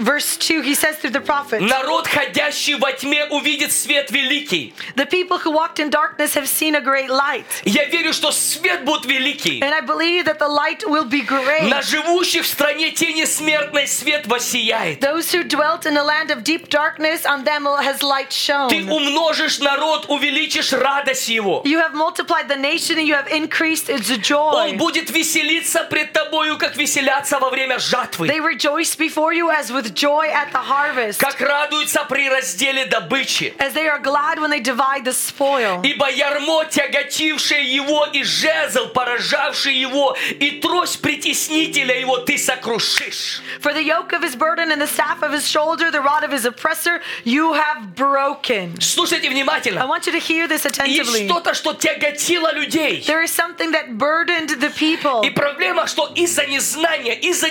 S3: Verse 2, he says through the prophet,
S2: Народ, ходящий во тьме, увидит свет великий.
S3: The people who walked in darkness have seen a great light.
S2: Я верю, что свет будет великий.
S3: And I believe that the light will be great.
S2: На живущих в стране тени смертной свет воссияет.
S3: Those who dwelt in a land of deep darkness, on them has light
S2: Ты
S3: shone.
S2: умножишь народ, увеличишь радость его.
S3: You have multiplied the nation and you have increased its
S2: Он
S3: joy.
S2: будет веселиться пред тобою, как веселятся во время жатвы.
S3: They rejoice before you as with joy at the harvest,
S2: Как радуются при разделе добычи.
S3: as they are glad when they divide the spoil.
S2: Ибо ярмо, тяготившее его, и жезл, поражавший его, и трость притеснителя его ты сокрушишь.
S3: For the yoke of his burden and the staff of his shoulder, the rod of his oppressor, you have broken.
S2: Слушайте
S3: I
S2: внимательно.
S3: want you to hear this
S2: Есть
S3: attentively.
S2: что-то, что тяготило людей.
S3: There is something that burdened the people.
S2: И проблема, что из-за незнания, из-за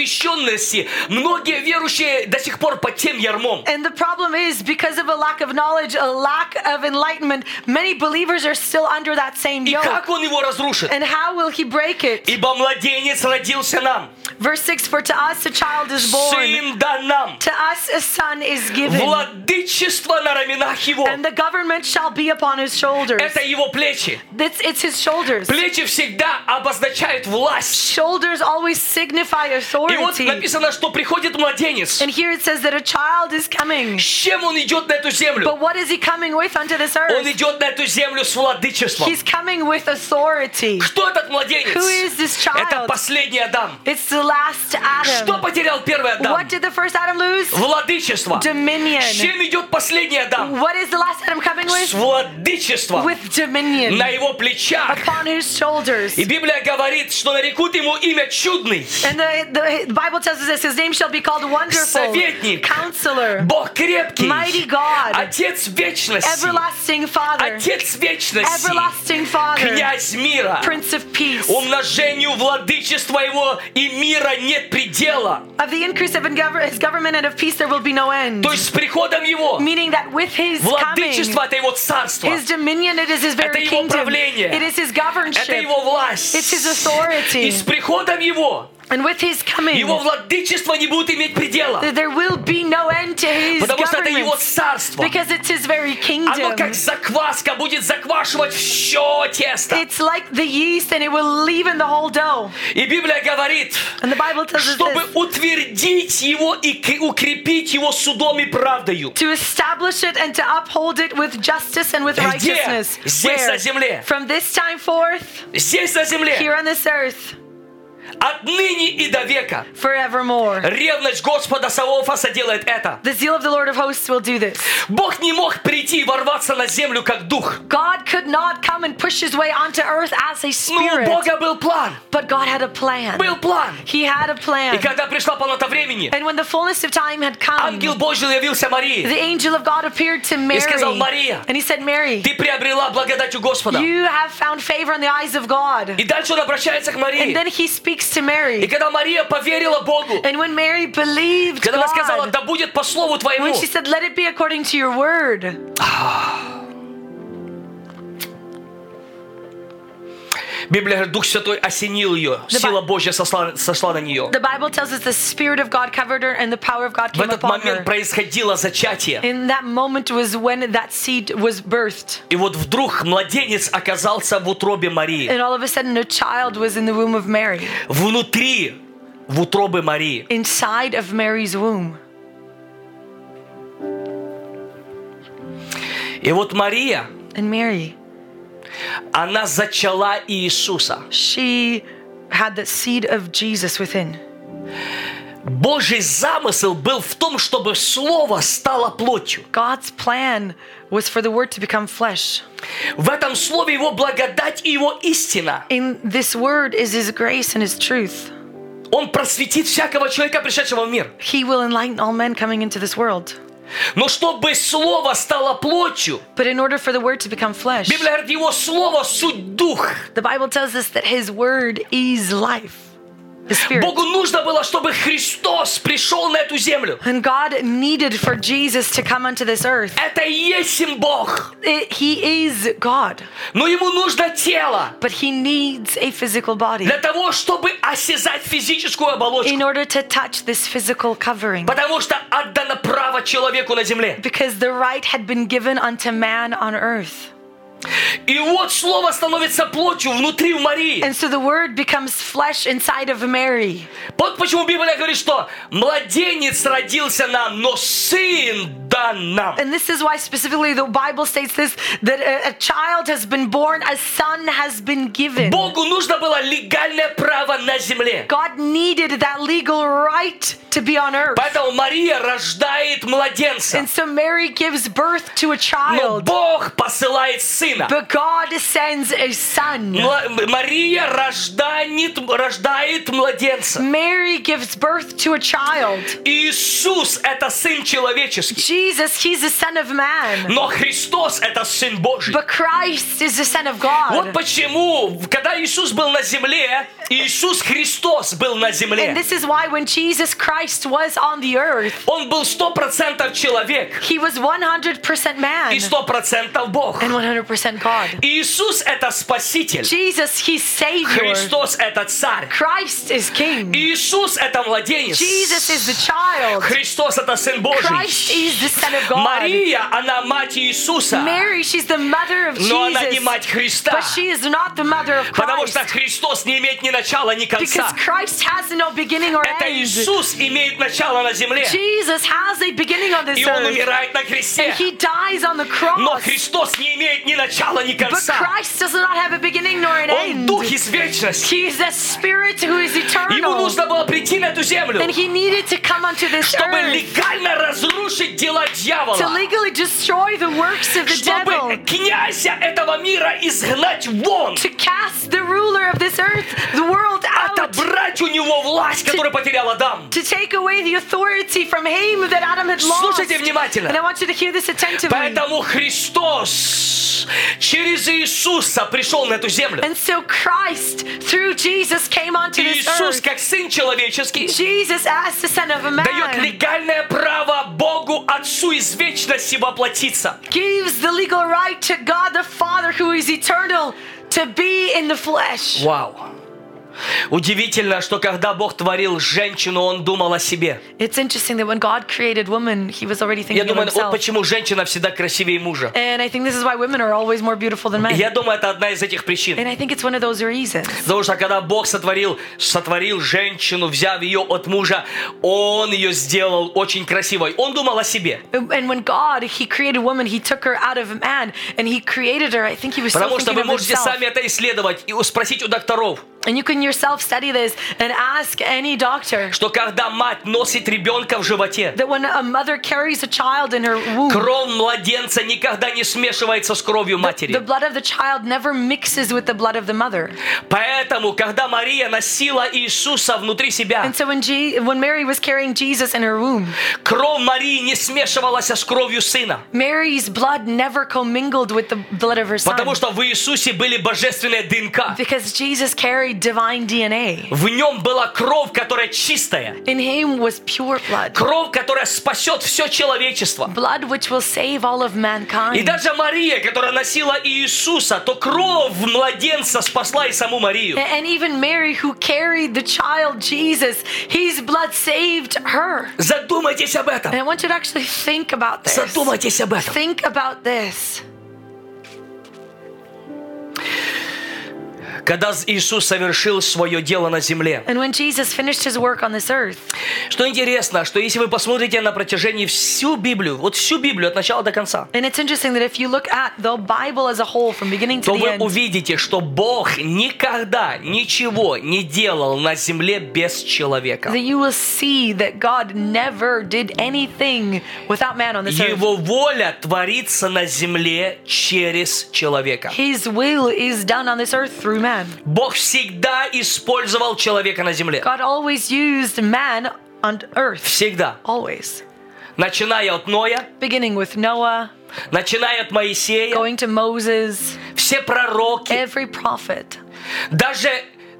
S2: непросвещенности многие верующие до сих пор под тем ярмом.
S3: And the problem is because of a lack of knowledge, a lack of enlightenment, many believers are still under that same
S2: И
S3: yoke.
S2: как он его разрушит?
S3: And how will he break it?
S2: Ибо младенец родился нам,
S3: Verse 6 For to us a child is born,
S2: сын дан нам,
S3: to us a son is given,
S2: владычество на раменах его.
S3: and the government shall be upon his shoulders.
S2: Это его плечи.
S3: It's, it's his shoulders.
S2: Плечи всегда обозначают власть.
S3: Shoulders always signify
S2: И вот
S3: authority.
S2: написано, что приходит младенец.
S3: And here it says that a child is coming.
S2: С чем он идет на эту землю?
S3: But what is he coming with unto this
S2: Он
S3: earth?
S2: идет на эту землю с владычеством.
S3: He's coming with authority.
S2: Кто этот
S3: Who is
S2: младенец?
S3: this
S2: Это
S3: child?
S2: последний Адам.
S3: It's the last Adam.
S2: Что потерял первый Адам?
S3: What did the first Adam lose?
S2: Владычество.
S3: Dominion.
S2: С чем идет последний Адам?
S3: What is the last Adam coming
S2: С
S3: with?
S2: владычеством.
S3: With dominion.
S2: На его плечах.
S3: Upon his shoulders.
S2: И Библия говорит, что нарекут ему имя чудный.
S3: And the, the Bible tells us this his name shall be called Wonderful,
S2: Советник.
S3: Counselor,
S2: Бог крепкий.
S3: Mighty God,
S2: Отец вечности.
S3: Everlasting Father,
S2: Отец вечности.
S3: Everlasting Father,
S2: Князь мира.
S3: Prince of Peace.
S2: Умножению владычества его и мира нет предела.
S3: Of the increase of his government and of peace there will be no end.
S2: То есть с приходом его
S3: Meaning that with his coming,
S2: владычество это его царство.
S3: his dominion, it is his very
S2: его
S3: kingdom,
S2: правление.
S3: it is his
S2: Это
S3: governorship,
S2: его власть.
S3: It's his authority.
S2: И с приходом его
S3: and with his coming,
S2: его владычество не будет иметь предела.
S3: that there will be no end to his
S2: Потому что это его
S3: government
S2: царство.
S3: because it's his very
S2: Оно
S3: kingdom.
S2: как закваска будет заквашивать все тесто.
S3: It's like the yeast and it will leaven the whole dough.
S2: И Библия говорит,
S3: And the Bible tells us
S2: чтобы
S3: this,
S2: утвердить его и к- укрепить его судом и правдою.
S3: to establish it and to uphold it with justice and with
S2: Где?
S3: righteousness.
S2: Здесь, на земле.
S3: From this time forth,
S2: Здесь на
S3: here
S2: земле,
S3: on this earth,
S2: отныне и до века.
S3: forevermore.
S2: Ревность Господа Савоофа соделает это.
S3: The zeal of the Lord of hosts will do this.
S2: Бог не мог прийти и ворваться на землю как дух.
S3: God could not come and push his way onto earth as a
S2: Ну, у
S3: spirit.
S2: Бога был план.
S3: But God had a plan.
S2: Был план.
S3: He had a
S2: И
S3: plan.
S2: когда пришла полнота времени,
S3: And when the fullness of time had come,
S2: ангел Божий явился Марии.
S3: the angel of God appeared to Mary.
S2: сказал, «Мария,
S3: and he said, Mary,
S2: Ты приобрела благодать у Господа.
S3: you have found favor in the eyes of God.
S2: И дальше он обращается к
S3: And
S2: Марии.
S3: then he speaks to
S2: И
S3: Mary.
S2: когда Мария поверила Богу,
S3: And when Mary believed
S2: когда она сказала,
S3: God,
S2: да будет по слову твоему,
S3: when she said, Let it be according to your word,
S2: Библия говорит, Дух Святой осенил ее, сила Божья сошла, сошла на нее.
S3: the Bible tells us the Spirit of God covered her and the power of God
S2: В
S3: came
S2: этот
S3: upon
S2: момент
S3: her.
S2: происходило зачатие.
S3: In that moment was when that seed was birthed.
S2: И вот вдруг младенец оказался в утробе Марии.
S3: And all of a sudden, a child was in the womb of Mary,
S2: Внутри в утробы Марии.
S3: inside of Mary's womb.
S2: И вот Мария,
S3: And Mary,
S2: она зачала Иисуса.
S3: she had the seed of Jesus within.
S2: Божий замысел был в том, чтобы Слово стало плотью.
S3: God's plan was for the word to become flesh.
S2: В этом Слове Его благодать и Его истина.
S3: In this word is his grace and his truth.
S2: Он просветит всякого человека, пришедшего в мир.
S3: He will enlighten all men coming into this world.
S2: Но чтобы Слово стало плотью,
S3: But in order for the word to become flesh,
S2: Библия говорит, Его Слово – суть Дух.
S3: the Bible tells us that his word is life. His Spirit.
S2: Богу нужно было, чтобы Христос пришел на эту землю.
S3: And God needed for Jesus to come onto this earth.
S2: Это и есть им Бог.
S3: It- he is God,
S2: Но ему нужно тело
S3: but he needs a physical body
S2: для того, чтобы осязать физическую
S3: in
S2: оболочку.
S3: order to touch this physical covering.
S2: Потому что отдано право человеку на земле.
S3: Because the right had been given unto man on earth.
S2: И вот слово становится плотью внутри у Марии.
S3: And so the word becomes flesh inside of Mary.
S2: Вот почему Библия говорит, что младенец родился нам, но сын дан нам.
S3: And this is why specifically the Bible states this that a, a child has been born, a son has been given.
S2: Богу нужно было легальное право на земле.
S3: God needed that legal right to be on earth.
S2: Поэтому Мария рождает младенца.
S3: And so Mary gives birth to
S2: Но
S3: a child,
S2: Бог посылает сына.
S3: but God sends a son.
S2: Мла- Мария рождает, рождает младенца.
S3: Mary gives birth to a child.
S2: Иисус – это Сын Человеческий.
S3: Jesus, he's the son of man.
S2: Но Христос – это Сын Божий.
S3: But Christ is the son of
S2: Вот
S3: God.
S2: почему, когда Иисус был на земле, Иисус Христос был на
S3: And
S2: земле.
S3: this is why when Jesus Christ was on the earth,
S2: Он был 100% человек
S3: he was 100% man
S2: и
S3: and
S2: 100% Бог.
S3: 100% God.
S2: Иисус – это Спаситель.
S3: Jesus, he's Savior.
S2: Христос – это Царь.
S3: Christ is King.
S2: Иисус – это младенец.
S3: Jesus is the child.
S2: Христос – это Сын
S3: Christ
S2: Божий.
S3: is the Son of God.
S2: Мария, она мать Иисуса.
S3: Mary, she's the mother of
S2: Но она не
S3: Jesus.
S2: мать Христа.
S3: But she is not the mother of
S2: Потому что
S3: Christ.
S2: Христос не имеет ни начала, ни
S3: Because
S2: конца.
S3: Christ has no beginning or
S2: Это
S3: end.
S2: Иисус имеет начало на земле.
S3: Jesus has a beginning on this
S2: И Он
S3: earth.
S2: умирает на
S3: And
S2: кресте.
S3: he dies on the
S2: Но
S3: cross.
S2: Христос не имеет ни начала, ни
S3: But
S2: конца.
S3: Christ does not have a beginning nor an
S2: Он
S3: end.
S2: Дух из вечности.
S3: He is a spirit who is
S2: Ему
S3: eternal.
S2: нужно было прийти на эту землю,
S3: And he needed to come onto this
S2: чтобы
S3: earth
S2: легально разрушить дела
S3: to
S2: дьявола.
S3: legally destroy the works of the
S2: Чтобы
S3: devil.
S2: князя этого мира изгнать вон.
S3: To cast the ruler of this earth, the world out.
S2: Отобрать у него власть, которую потерял Адам.
S3: to take away the authority from him that Adam had lost.
S2: Слушайте внимательно.
S3: And I want you to hear this attentively.
S2: Поэтому Христос через Иисуса пришел на эту землю.
S3: and so Christ, through Jesus, came onto this
S2: Иисус,
S3: earth.
S2: как Сын Человеческий,
S3: Jesus, as the Son of Man,
S2: дает легальное право Богу Отцу из вечности воплотиться.
S3: gives the legal right to God the Father, who is eternal, to be in the flesh.
S2: Вау! Удивительно, что когда Бог творил женщину, Он думал о себе.
S3: It's interesting that when God created woman, oh, He was already
S2: Я
S3: thinking of
S2: думаю, ну, вот
S3: Himself.
S2: почему женщина всегда красивее мужа.
S3: And I think this is why women are always more beautiful than men.
S2: Я думаю, это одна из этих причин.
S3: And I think it's one of those reasons.
S2: Потому что когда Бог сотворил, сотворил женщину, взяв ее от мужа, Он ее сделал очень красивой. Он думал о себе.
S3: And when God, He created woman, He took her out of man, and He created her. I think He was still
S2: Потому что
S3: thinking
S2: вы
S3: of
S2: можете
S3: Himself.
S2: сами это исследовать и у- спросить у докторов,
S3: And you can yourself study this and ask any doctor
S2: что когда мать носит ребенка в животе,
S3: that when a mother carries a child in her womb,
S2: кровь младенца никогда не смешивается с кровью
S3: the
S2: матери.
S3: blood of the child never mixes with the blood of the mother.
S2: Поэтому, когда Мария носила Иисуса внутри себя,
S3: And so when Je- when Mary was carrying Jesus in her womb,
S2: кровь Марии не смешивалась с кровью сына.
S3: Mary's blood never commingled with the blood of her son.
S2: Потому что в Иисусе были божественные ДНК.
S3: Because Jesus carried divine DNA.
S2: В нем была кровь, которая чистая.
S3: In him was pure blood.
S2: Кровь, которая спасет все человечество.
S3: Blood which will save all of
S2: И
S3: mankind.
S2: даже Мария, которая носила Иисуса, то кровь младенца спасла и саму Марию.
S3: And even Mary, who carried the child Jesus, his blood saved her.
S2: Задумайтесь об
S3: And
S2: этом.
S3: I want you to actually think about this.
S2: Задумайтесь об этом.
S3: Think about this.
S2: Когда Иисус совершил свое дело на земле.
S3: And when Jesus finished his work on this earth,
S2: Что интересно, что если вы посмотрите на протяжении всю Библию, вот всю Библию от начала до конца,
S3: and it's interesting that if you look at the Bible as a whole from beginning to
S2: то
S3: the
S2: вы
S3: end,
S2: увидите, что Бог никогда ничего не делал на земле без человека.
S3: that you will see that God never did anything without man on this earth.
S2: Его воля творится на земле через человека.
S3: His will is done on this earth through man.
S2: Бог всегда использовал человека на земле.
S3: God always used man on earth.
S2: Всегда.
S3: Always.
S2: Начиная от Ноя,
S3: Beginning with Noah,
S2: начиная от Моисея,
S3: going to Moses,
S2: все пророки,
S3: every prophet,
S2: даже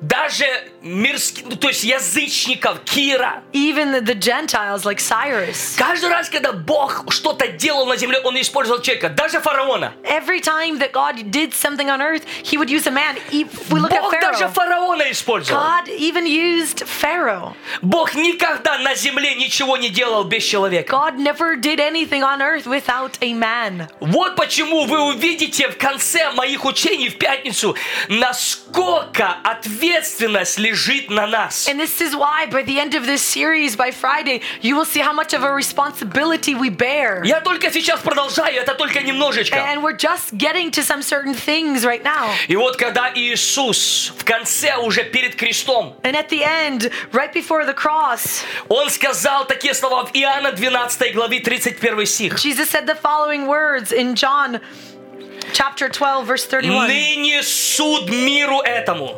S2: даже мирских, ну, то есть язычников Кира.
S3: Even the- the Gentiles, like Cyrus,
S2: Каждый раз, когда Бог что-то делал на земле, Он использовал человека, даже фараона.
S3: every time that God did something on earth, he would use a man. E- If we look
S2: Бог
S3: at
S2: даже
S3: Pharaoh,
S2: фараона использовал.
S3: God even used Pharaoh.
S2: Бог никогда на земле ничего не делал без человека.
S3: God never did anything on earth without a man.
S2: Вот почему вы увидите в конце моих учений в пятницу, насколько ответственность лежит на нас.
S3: And this is why by the end of this series, by Friday, you will see how much of a responsibility we bear.
S2: Я только сейчас продолжаю, это только немножечко.
S3: And we're just getting to some certain things right now.
S2: И вот когда Иисус в конце уже перед крестом,
S3: And at the end, right before the cross,
S2: Он сказал такие слова в Иоанна 12 главе 31 стих.
S3: Jesus said the following words in John chapter 12, verse 31.
S2: Ныне суд миру этому.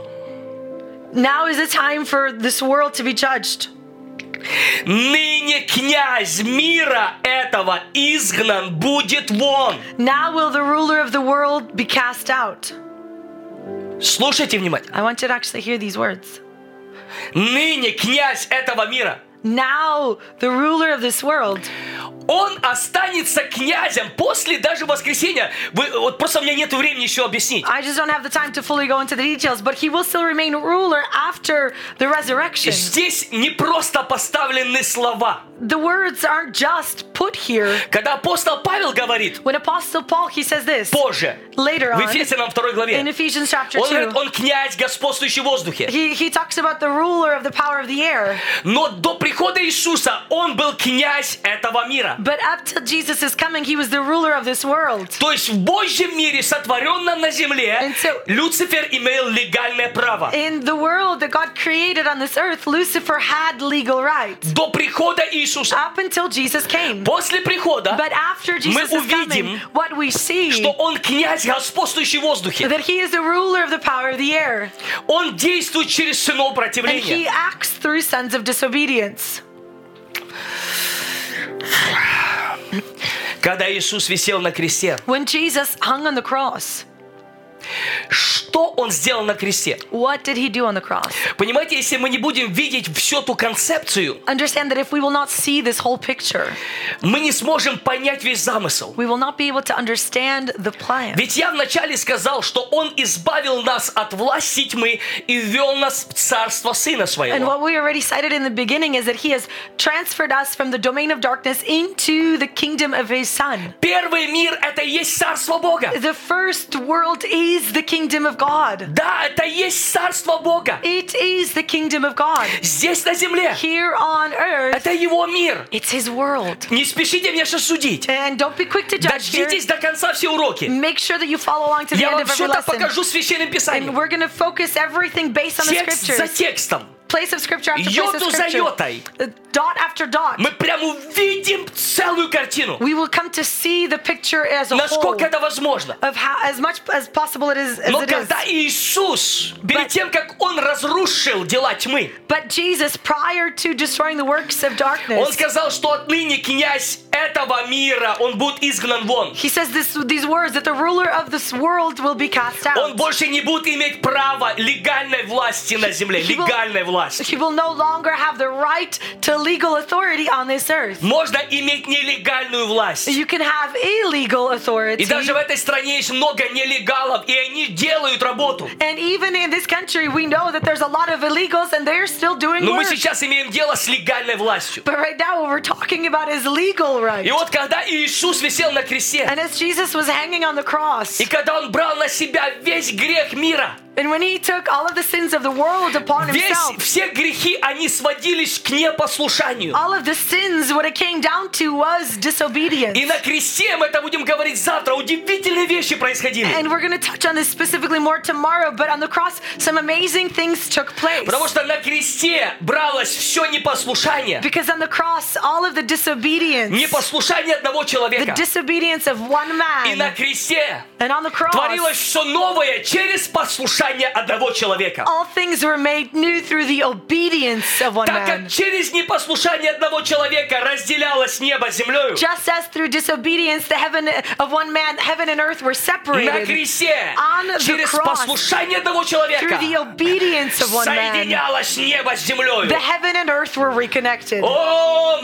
S3: Now is the time for this world to be judged.
S2: Ныне князь мира этого изгнан будет вон.
S3: Now will the ruler of the world be cast out.
S2: Слушайте внимательно.
S3: I want you to actually hear these words.
S2: Ныне князь этого мира.
S3: Now the ruler of this world.
S2: Он останется князем после даже воскресенья. Вы, вот просто у меня нет времени еще объяснить.
S3: I just don't have the time to fully go into the details, but he will still remain ruler after the resurrection.
S2: Здесь не просто поставлены слова.
S3: The words aren't just put here.
S2: Когда апостол Павел говорит
S3: When Apostle Paul he says this
S2: позже,
S3: later
S2: в
S3: on
S2: Ефесянам 2
S3: in
S2: главе,
S3: Ephesians chapter
S2: он
S3: two.
S2: говорит, он князь, господствующий в воздухе.
S3: He, he talks about the ruler of the power of the air.
S2: Но до прихода Иисуса он был князь этого мира.
S3: But up till Jesus' coming, he was the ruler of this world.
S2: То есть в Божьем мире, сотворенном на земле,
S3: And so-
S2: Люцифер имел легальное право.
S3: In the world that God created on this earth, Lucifer had legal rights
S2: До прихода Иисуса,
S3: up until Jesus came.
S2: после прихода,
S3: But after Jesus' coming,
S2: увидим,
S3: what we see
S2: что он князь, господствующий в воздухе.
S3: that he is the ruler of the power of the air.
S2: Он действует через сынов
S3: And he
S2: противления.
S3: acts through sons of disobedience.
S2: Когда Иисус висел на кресте,
S3: When Jesus hung on the cross,
S2: что он сделал на кресте?
S3: what did he do on the cross?
S2: Понимаете, если мы не будем видеть всю ту концепцию,
S3: Understand that if we will not see this whole picture,
S2: мы не сможем понять весь замысел.
S3: we will not be able to understand the plan.
S2: Ведь я вначале сказал, что Он избавил нас от власти тьмы и ввел нас в царство Сына
S3: And
S2: Своего.
S3: what we already cited in the beginning is that he has transferred us from the domain of darkness into the kingdom of his son.
S2: Первый мир – это и есть царство Бога.
S3: The first world is the kingdom of God.
S2: Да, это и есть царство Бога.
S3: It is the kingdom of God.
S2: Здесь, на земле.
S3: Here on earth,
S2: Это Его мир.
S3: it's his world.
S2: Не спешите меня сейчас судить.
S3: And don't be quick to judge here.
S2: Дождитесь до конца все уроки.
S3: Make sure that you follow along to the
S2: Я
S3: end
S2: вам
S3: of every
S2: все это
S3: lesson.
S2: покажу в Священном
S3: And
S2: Писании.
S3: we're going to focus everything based on the
S2: Текст за
S3: scriptures.
S2: текстом.
S3: Place of scripture after place of
S2: Йоту за
S3: scripture.
S2: йотой.
S3: Uh, Dot after dot.
S2: Мы прям увидим целую картину.
S3: We will come to see the picture as a whole.
S2: Насколько это возможно.
S3: of how as much as possible it is as
S2: Но
S3: it is.
S2: когда Иисус, перед
S3: But-
S2: тем, как Он разрушил дела тьмы,
S3: But Jesus, prior to destroying the works of darkness,
S2: Он сказал, что отныне князь этого мира, он будет изгнан вон.
S3: he says this, these words that the ruler of this world will be cast out.
S2: Он больше не будет иметь права легальной власти на земле,
S3: He will-
S2: легальной власти.
S3: He will no longer have the right to legal authority on this earth.
S2: Можно иметь нелегальную власть.
S3: You can have illegal authority.
S2: И даже в этой стране есть много нелегалов, и они делают работу.
S3: And even in this country, we know that there's a lot of illegals and they're still doing
S2: Но мы
S3: work.
S2: сейчас имеем дело с легальной властью.
S3: But right now, what we're talking about is legal right.
S2: И вот когда Иисус висел на кресте,
S3: And as Jesus was hanging on the cross,
S2: и когда Он брал на себя весь грех мира,
S3: and when he took all of the sins of the world upon
S2: весь,
S3: himself,
S2: все грехи, они сводились к непослушанию.
S3: all of the sins, what it came down to was disobedience.
S2: И на кресте, мы это будем говорить завтра, удивительные вещи происходили.
S3: And we're going to touch on this specifically more tomorrow, but on the cross, some amazing things took place.
S2: Потому что на кресте бралось все непослушание.
S3: Because on the cross, all of the disobedience,
S2: Непослушание одного
S3: the
S2: человека.
S3: disobedience of one
S2: И на
S3: man,
S2: кресте
S3: and on the cross,
S2: творилось все новое через послушание одного человека.
S3: All things were made new through the obedience of one
S2: Так
S3: man.
S2: как через непослушание одного человека разделялось небо с землею,
S3: Just as through disobedience the heaven of one man, heaven and earth were
S2: на
S3: separated.
S2: кресте
S3: On the
S2: через
S3: cross.
S2: послушание одного человека
S3: Through the obedience of one man,
S2: соединялось небо с землею.
S3: the heaven and earth were reconnected.
S2: Oh. О,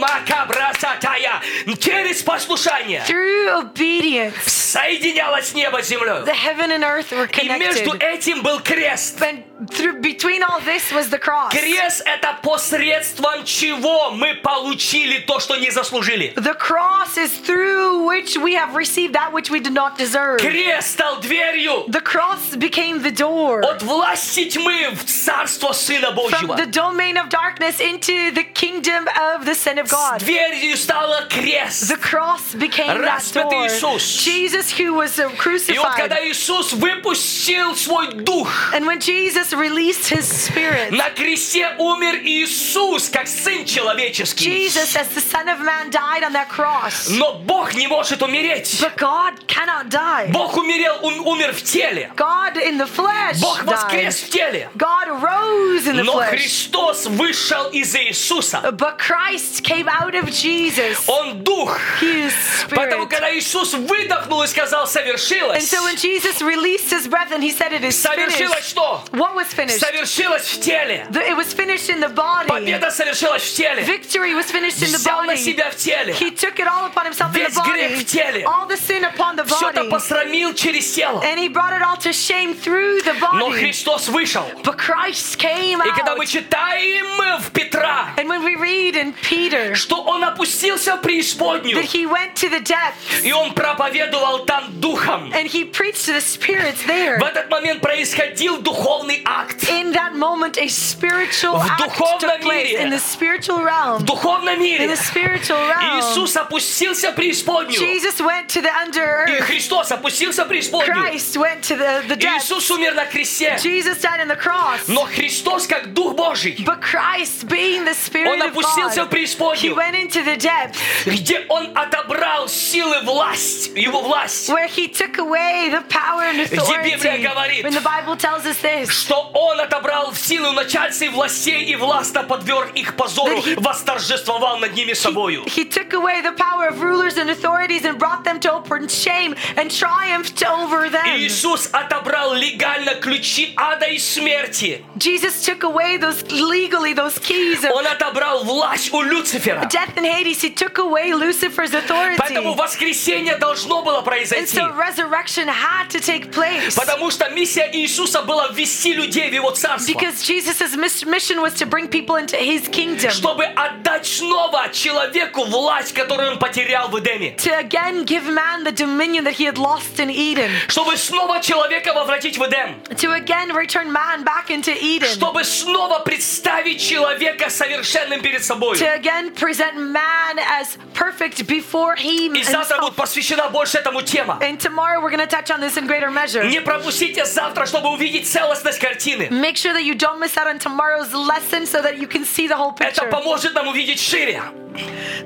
S2: макабрасатая! Через послушание
S3: Through obedience,
S2: соединялось небо с землей.
S3: the heaven and earth were
S2: И между
S3: connected.
S2: этим был крест.
S3: And through between all this was the cross.
S2: Крест – это посредством чего мы получили то, что не заслужили.
S3: The cross is through which we have received that which we did not deserve.
S2: Крест стал дверью
S3: The cross became the door
S2: от власти тьмы в царство Сына
S3: from
S2: Божьего.
S3: the domain of darkness into the kingdom of the Son of
S2: С
S3: God.
S2: дверью стало крест.
S3: The cross became that
S2: Распятый
S3: door.
S2: Иисус.
S3: Jesus, who was uh,
S2: И вот
S3: crucified,
S2: когда Иисус выпустил свой дух,
S3: and when Jesus released his spirit,
S2: на кресте умер Иисус, как Сын Человеческий.
S3: Jesus, as the Son of Man, died on that cross.
S2: Но Бог не может умереть.
S3: But God cannot die.
S2: Бог умерел, ум- умер в теле.
S3: God in the flesh
S2: Бог
S3: died.
S2: воскрес в теле.
S3: God rose in the
S2: Но
S3: flesh.
S2: Христос вышел из Иисуса.
S3: But Christ came out of Jesus.
S2: Он дух.
S3: He is
S2: Поэтому,
S3: spirit.
S2: когда Иисус выдохнул и сказал
S3: And
S2: «совершилось»,
S3: so when Jesus released his breath and he said it is
S2: совершилось
S3: finished,
S2: что?
S3: what was finished?
S2: Совершилось в теле.
S3: The- it was finished in the body.
S2: Победа совершилась в теле.
S3: Victory was finished in the
S2: Взял на
S3: body.
S2: себя в теле.
S3: He took it all upon himself in
S2: Весь
S3: the
S2: грех в теле.
S3: body. All the sin upon the
S2: Все это
S3: body.
S2: посрамил через тело.
S3: And he brought it all to shame through the
S2: Но
S3: body.
S2: Христос вышел.
S3: But Christ came
S2: И когда мы
S3: out.
S2: читаем в Петра,
S3: And when we read in Peter
S2: что он опустился в преисподнюю,
S3: that he went to the depths
S2: и он проповедовал там духом,
S3: and he preached to the spirits there.
S2: В этот момент происходил духовный акт.
S3: In that moment, a spiritual
S2: В
S3: act
S2: духовном
S3: took place
S2: мире.
S3: in the spiritual realm.
S2: В духовном
S3: In
S2: мире
S3: the spiritual realm,
S2: Иисус опустился в преисподнюю.
S3: Jesus went to the under
S2: И
S3: earth.
S2: Христос опустился в преисподнюю.
S3: Christ went to the, the depths.
S2: Иисус умер на кресте.
S3: Jesus died on the cross.
S2: Но Христос, как Дух Божий,
S3: But Christ, being the Spirit
S2: Он
S3: of
S2: опустился в
S3: God, He
S2: преисподнюю,
S3: went into the depths
S2: где Он отобрал силы власть, Его власть,
S3: where He took away the power and authority.
S2: Библия говорит,
S3: When the Bible tells us this,
S2: что Он отобрал в силу начальств и властей и властно подверг их позору,
S3: That he-
S2: восторжествовал над ними собою.
S3: He took away the power of rulers and authorities and brought them to open shame and triumphed over them.
S2: Иисус отобрал легально ключи ада и смерти.
S3: Jesus took away those legally those keys of
S2: Он отобрал власть у Люцифера.
S3: death and Hades. He took away Lucifer's
S2: Поэтому
S3: authority.
S2: воскресение должно было
S3: And
S2: произойти.
S3: so resurrection had to take place.
S2: Потому что миссия Иисуса была ввести людей в Его царство.
S3: Because Jesus' mis- mission was to bring people into his kingdom.
S2: Чтобы отдать снова человеку власть, которую он потерял в Эдеме.
S3: To again give man the dominion that he had lost in Eden.
S2: Чтобы снова человека возвратить в Эдем.
S3: To again return man back into Eden.
S2: Чтобы снова представить человека совершенным перед собой.
S3: To again present man as perfect before he
S2: И завтра будет
S3: himself.
S2: посвящена больше этому тема.
S3: And tomorrow we're going to touch on this in greater measure.
S2: Не пропустите завтра, чтобы увидеть целостность картины.
S3: Make sure that you don't miss out on tomorrow's lesson so that you can see the whole
S2: Это
S3: picture.
S2: поможет нам увидеть шире.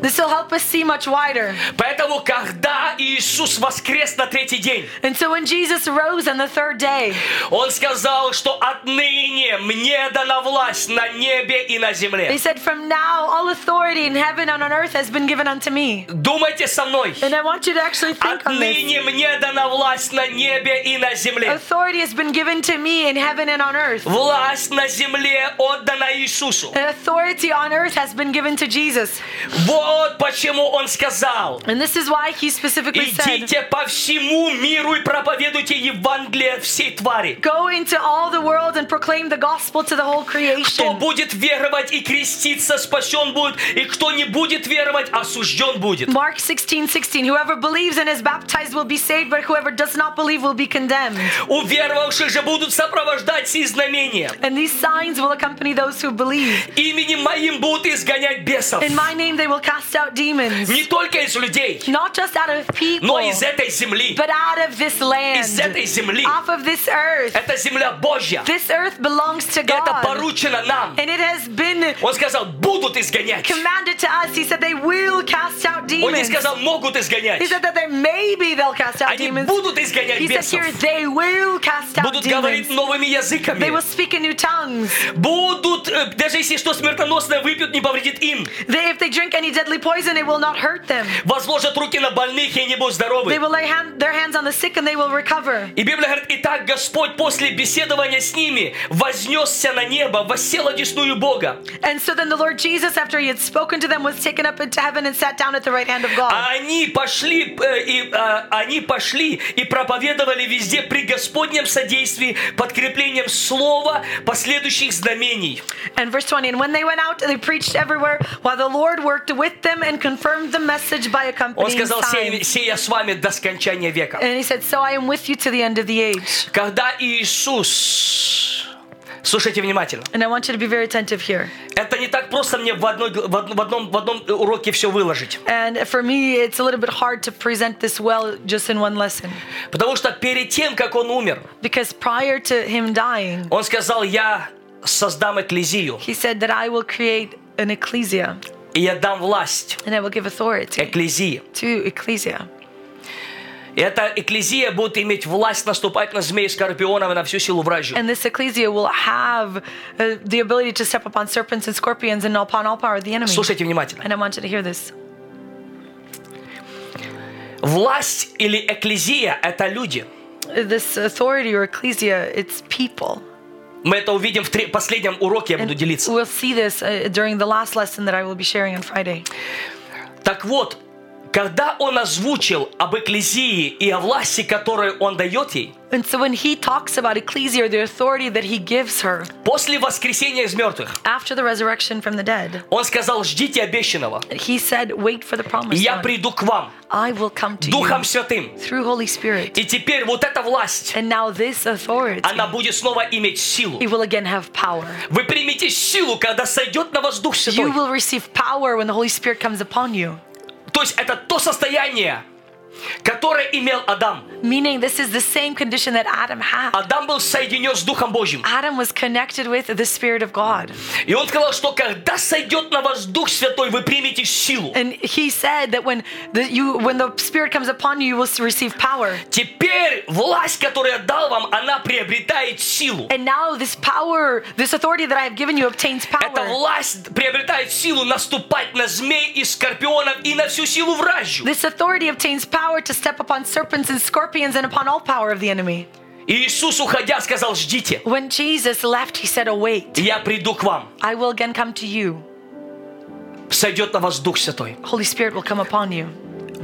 S3: This will help us see much wider.
S2: Поэтому, когда Иисус воскрес на третий день,
S3: And so when Jesus rose on the third day,
S2: Он сказал, что отныне мне дана власть на небе и на
S3: He
S2: земле.
S3: said, From now, all authority in heaven and on earth has been given unto me.
S2: Думайте со мной.
S3: And I want you to actually think on this.
S2: Отныне мне дана власть на небе и на земле.
S3: Authority has been given to me in heaven and on earth.
S2: Власть на земле отдана Иисусу.
S3: And authority on earth has been given to Jesus.
S2: Вот почему Он сказал.
S3: And this is why he specifically said,
S2: Идите по всему миру и проповедуйте Евангелие всей твари.
S3: Go into all the world and proclaim the gospel to the whole
S2: Кто
S3: creation.
S2: будет веровать и креститься, спасен будет, и кто не будет веровать, осужден будет.
S3: Mark 16, 16. Whoever believes and is baptized will be saved, but whoever does not believe will be condemned.
S2: Уверовавших же будут сопровождать сии знамения.
S3: And these signs will accompany those who believe.
S2: Именем моим будут изгонять бесов.
S3: In my name they will cast out demons.
S2: Не только из людей,
S3: Not just out of people,
S2: но из этой земли.
S3: but out of this land.
S2: Из этой земли.
S3: Off of this earth.
S2: Это земля Божья.
S3: This earth belongs to God.
S2: Это поручено нам.
S3: And it has been
S2: Он сказал, будут изгонять.
S3: commanded to us. He said they will cast out
S2: Он не
S3: demons.
S2: сказал, могут изгонять.
S3: He said that they maybe they'll cast out
S2: Они
S3: demons.
S2: будут изгонять
S3: He said
S2: бесов.
S3: here they will cast out
S2: Будут говорить
S3: demons.
S2: новыми
S3: They
S2: языками.
S3: will speak in new tongues.
S2: Будут, э, даже если что смертоносное выпьют, не повредит им.
S3: They, if they drink any deadly poison, it will not hurt them.
S2: Возложат руки на больных, и они будут
S3: They
S2: здоровы.
S3: will lay hand, their hands on the sick and they will recover.
S2: И Библия говорит, «Итак, Господь после беседования с ними вознесся на небо, воссел одесную Бога,
S3: And so then the Lord Jesus, after he had spoken to them, was taken up into heaven and sat down at the right hand of
S2: А
S3: God.
S2: они пошли, э, и, э, они пошли и проповедовали везде при Господнем содействии, подкреплением слова, последующих знамений.
S3: And verse 20, and when they went out, they preached everywhere, while the Lord worked with them and confirmed the message by
S2: Он
S3: accompanying
S2: сказал, «Сей,
S3: signs.
S2: сей я с вами до скончания века».
S3: And he said, So I am with you to the end of the age.
S2: Когда Иисус... Слушайте внимательно.
S3: And I want you to be very attentive here.
S2: Это не так просто мне в, одной, в, од- в одном, в одном уроке все выложить.
S3: And for me, it's a little bit hard to present this well just in one lesson.
S2: Потому что перед тем, как Он умер,
S3: Because prior to him dying,
S2: Он сказал, я создам эклезию,
S3: he said that I will create an ecclesia
S2: и я дам власть
S3: and I will give authority
S2: эклезии.
S3: to ecclesia.
S2: И эта эклезия будет иметь власть наступать на змей Скорпионов и на всю силу вражью.
S3: And this ecclesia will have uh, the ability to step upon serpents and scorpions and upon all power of the enemy.
S2: Слушайте внимательно.
S3: And I want you to hear this.
S2: Власть или эклезия – это люди.
S3: This authority or ecclesia, it's people.
S2: Мы это увидим в тре- последнем уроке, я буду делиться.
S3: We'll see this uh, during the last lesson that I will be sharing on Friday.
S2: Так вот, когда он озвучил об эклезии и о власти, которую он дает ей,
S3: And so when he talks about ecclesia or the authority that he gives her
S2: после воскресения из мертвых,
S3: after the resurrection from the dead,
S2: он сказал, ждите обещанного,
S3: he said, Wait for the
S2: и
S3: promise.
S2: я приду к вам,
S3: I will come to
S2: Духом
S3: you
S2: Святым.
S3: through Holy Spirit.
S2: И теперь вот эта власть,
S3: And now this authority,
S2: она будет снова иметь силу.
S3: it will again have power.
S2: Вы примите силу, когда сойдет на вас Дух
S3: You
S2: Святой.
S3: will receive power when the Holy Spirit comes upon you.
S2: То есть это то состояние, которое имел Адам.
S3: Meaning, this is the same condition that Adam had.
S2: Адам был соединен с Духом Божьим.
S3: Adam was connected with the Spirit of God.
S2: И он сказал, что когда сойдет на вас Дух Святой, вы примете силу.
S3: And he said that when the, you, when the Spirit comes upon you, you will receive power.
S2: Теперь власть, которую я дал вам, она приобретает силу.
S3: And now, this power, this authority that I have given you, obtains
S2: Эта
S3: power.
S2: власть приобретает силу наступать на змей и скорпионов и на всю силу вражью.
S3: This authority obtains power to step upon serpents and scorpions and upon all power of the enemy.
S2: И Иисус, уходя, сказал, ждите,
S3: When Jesus left, he said, Await,
S2: я приду к вам.
S3: I will again come to you.
S2: Сойдет на вас Дух Святой.
S3: Holy Spirit will come upon you.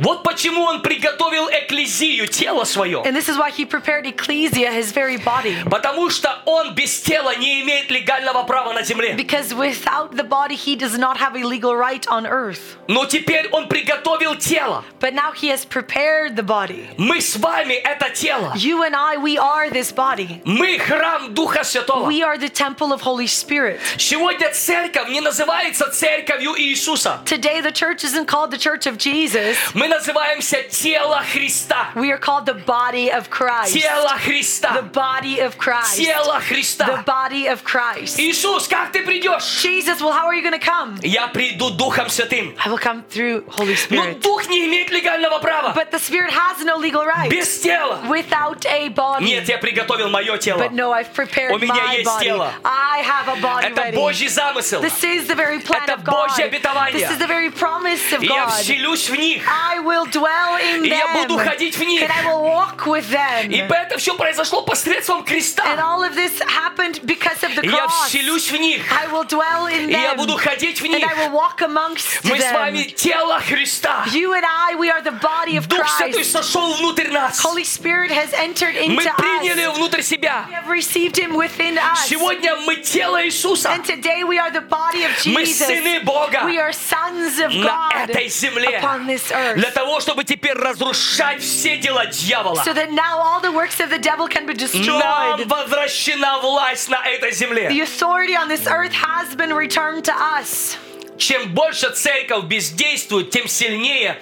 S2: Вот почему он приготовил эклезию, тело свое.
S3: And this is why he prepared Ecclesia, his very body.
S2: Потому что он без тела не имеет легального права на земле.
S3: Because without the body, he does not have a legal right on earth.
S2: Но теперь он приготовил тело.
S3: But now he has prepared the body.
S2: Мы с вами это тело.
S3: You and I, we are this body.
S2: Мы храм Духа Святого.
S3: We are the temple of Holy Spirit.
S2: Сегодня церковь не называется церковью Иисуса.
S3: Today, the church isn't called the church of Jesus.
S2: Мы называемся тело Христа.
S3: We are called the body of Christ.
S2: Тело
S3: The
S2: Христа.
S3: body of Christ.
S2: Тело
S3: The
S2: Христа.
S3: body of Christ.
S2: Иисус, как ты придешь?
S3: Jesus, well, how are you going to come?
S2: Я приду Духом Святым.
S3: I will come through Holy
S2: Но
S3: Spirit.
S2: Дух не имеет легального права.
S3: But the Spirit has no legal right
S2: Без тела.
S3: without a body.
S2: Нет, я приготовил мое тело.
S3: But no, I've prepared
S2: У меня
S3: my
S2: есть
S3: body.
S2: тело.
S3: I have a body
S2: Это
S3: ready.
S2: Божий замысел.
S3: This is the very plan
S2: Это
S3: of God.
S2: Божье обетование.
S3: This is the very promise of
S2: И я
S3: God.
S2: вселюсь в них.
S3: I will dwell in
S2: И
S3: them.
S2: я буду ходить в них.
S3: And I will walk with them.
S2: Ибо это все произошло посредством
S3: And
S2: креста.
S3: all of this happened because of the
S2: И я
S3: cross.
S2: вселюсь в них.
S3: I will dwell in
S2: И
S3: them.
S2: я буду ходить в
S3: and
S2: них.
S3: I will walk amongst
S2: Мы с
S3: them.
S2: вами тело Христа.
S3: You and I, we are the body of
S2: Дух Святой
S3: Christ.
S2: сошел внутрь нас.
S3: Holy Spirit has entered
S2: Мы
S3: into
S2: приняли
S3: us.
S2: его внутрь себя.
S3: We have received Him within us.
S2: Сегодня мы тело Иисуса
S3: And today we are the body of
S2: Мы
S3: Jesus.
S2: сыны Бога.
S3: We are sons of
S2: на
S3: God
S2: этой земле.
S3: upon this earth.
S2: Для того, чтобы теперь разрушать все дела дьявола.
S3: So that now all the works of the devil can be
S2: Нам
S3: destroyed.
S2: возвращена власть на этой
S3: The
S2: земле.
S3: authority on this earth has been returned to us.
S2: Чем больше церковь бездействует, тем сильнее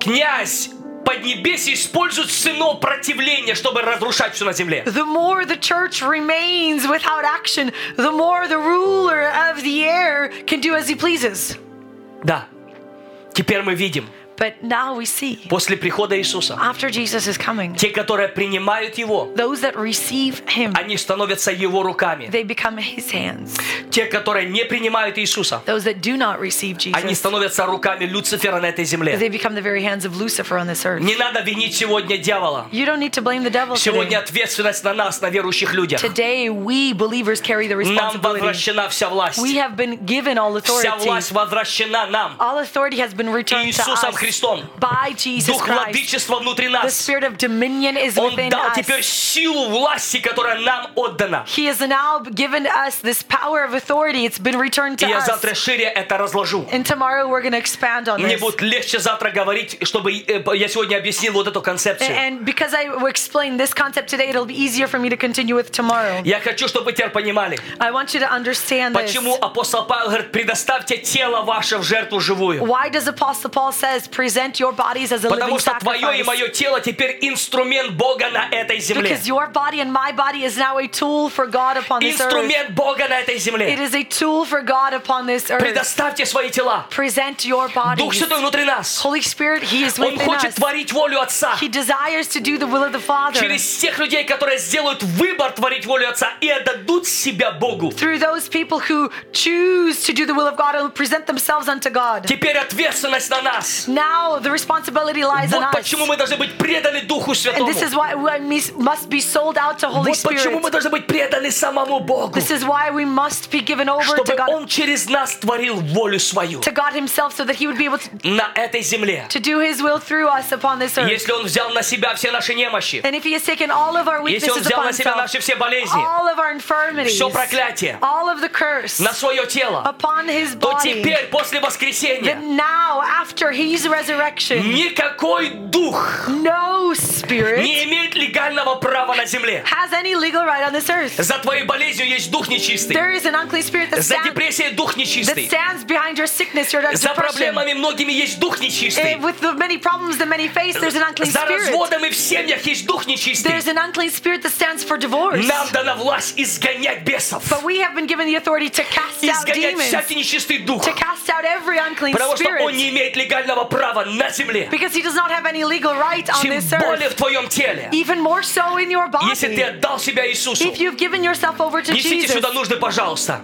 S2: князь поднебесье использует сынов противления, чтобы разрушать все на земле.
S3: The more the church remains without action, the more the ruler of the air can do as he pleases.
S2: Да. Теперь мы видим,
S3: But now we see,
S2: после прихода Иисуса,
S3: after Jesus is coming,
S2: те, которые принимают Его,
S3: those that receive him,
S2: они становятся Его руками.
S3: they become his hands.
S2: Те, которые не принимают Иисуса,
S3: Those that do not receive
S2: они
S3: Jesus,
S2: становятся руками Люцифера на этой земле.
S3: they become the very hands of Lucifer on this earth.
S2: Не надо винить сегодня дьявола.
S3: You don't need to blame the devil
S2: Сегодня
S3: today.
S2: ответственность на нас, на верующих людях.
S3: Today, we believers carry the
S2: Нам
S3: responsibility.
S2: возвращена вся власть.
S3: We have been given all
S2: Вся
S3: authority.
S2: власть возвращена нам.
S3: All authority has been returned to
S2: Иисусом
S3: us
S2: Христом.
S3: by Jesus
S2: Дух
S3: Christ.
S2: владычества внутри
S3: The
S2: нас.
S3: spirit of dominion is
S2: Он
S3: within
S2: дал теперь
S3: us.
S2: силу власти, которая нам отдана.
S3: He has now given us this power of authority. It's been returned
S2: И
S3: to
S2: я завтра
S3: us.
S2: шире это разложу.
S3: And tomorrow we're going to expand on
S2: Мне
S3: this.
S2: будет легче завтра говорить, чтобы э, я сегодня объяснил вот эту концепцию.
S3: And because I explained this concept today, it'll be easier for me to continue with tomorrow.
S2: Я хочу, чтобы вы теперь понимали,
S3: I want you to understand this.
S2: почему апостол Павел говорит, предоставьте тело ваше в жертву живую.
S3: Why does Apostle Paul says present your bodies as a living
S2: Потому что твое и
S3: sacrifice?
S2: мое тело теперь инструмент Бога на этой земле.
S3: Because your body and my body is now a tool for God upon this earth.
S2: Инструмент Бога на этой
S3: It
S2: земле.
S3: is a tool for God upon this earth.
S2: Предоставьте свои тела.
S3: Present your
S2: Дух
S3: bodies.
S2: Святой внутри нас.
S3: Holy Spirit, He is
S2: Он
S3: within
S2: хочет
S3: us.
S2: творить волю Отца.
S3: He desires to do the will of the Father.
S2: Через тех людей, которые сделают выбор творить волю Отца и отдадут себя Богу.
S3: Through those people who choose to do the will of God and present themselves unto God.
S2: Теперь ответственность на нас.
S3: Now the responsibility lies on
S2: Вот
S3: us.
S2: почему мы должны быть преданы Духу
S3: And
S2: Святому.
S3: this is why we must be sold out to Holy
S2: Вот почему мы
S3: Spirit.
S2: должны быть преданы самому Богу.
S3: This is why we must be given over to
S2: Чтобы
S3: God,
S2: Он через нас творил волю свою
S3: to God Himself, so that He would be able to,
S2: на этой земле.
S3: to do His will through us upon this earth.
S2: Если Он взял на себя все наши немощи,
S3: And if He has taken all of our
S2: если Он
S3: weaknesses
S2: взял
S3: upon
S2: на себя
S3: Himself,
S2: наши все болезни,
S3: all of our infirmities,
S2: все проклятие
S3: all of the curse
S2: на свое тело,
S3: upon His
S2: то
S3: body,
S2: теперь, после
S3: that
S2: воскресения,
S3: now after His resurrection,
S2: никакой дух
S3: no spirit
S2: не имеет легального права на земле.
S3: has any legal right on this earth.
S2: За твоей болезнью есть дух нечистый.
S3: There is an unclean spirit that
S2: За
S3: stands,
S2: депрессией дух
S3: that
S2: нечистый.
S3: stands behind your sickness, your
S2: За
S3: depression.
S2: проблемами многими есть дух нечистый.
S3: Eh, with the many problems that many face, there's an unclean
S2: За
S3: spirit.
S2: разводом и в семьях есть дух нечистый.
S3: There's an unclean spirit that stands for divorce.
S2: Нам дана власть изгонять бесов.
S3: But we have been given the authority to cast out
S2: Изгонять
S3: demons,
S2: всякий нечистый дух.
S3: to cast out every unclean
S2: Потому что он
S3: spirit,
S2: не имеет легального права на земле.
S3: because he does not have any legal right on
S2: Тем
S3: this
S2: более
S3: earth.
S2: в твоем теле.
S3: Even more so in your
S2: Если ты
S3: body.
S2: отдал себя Иисусу,
S3: If you've given yourself over to
S2: несите
S3: Jesus,
S2: сюда нужды, пожалуйста.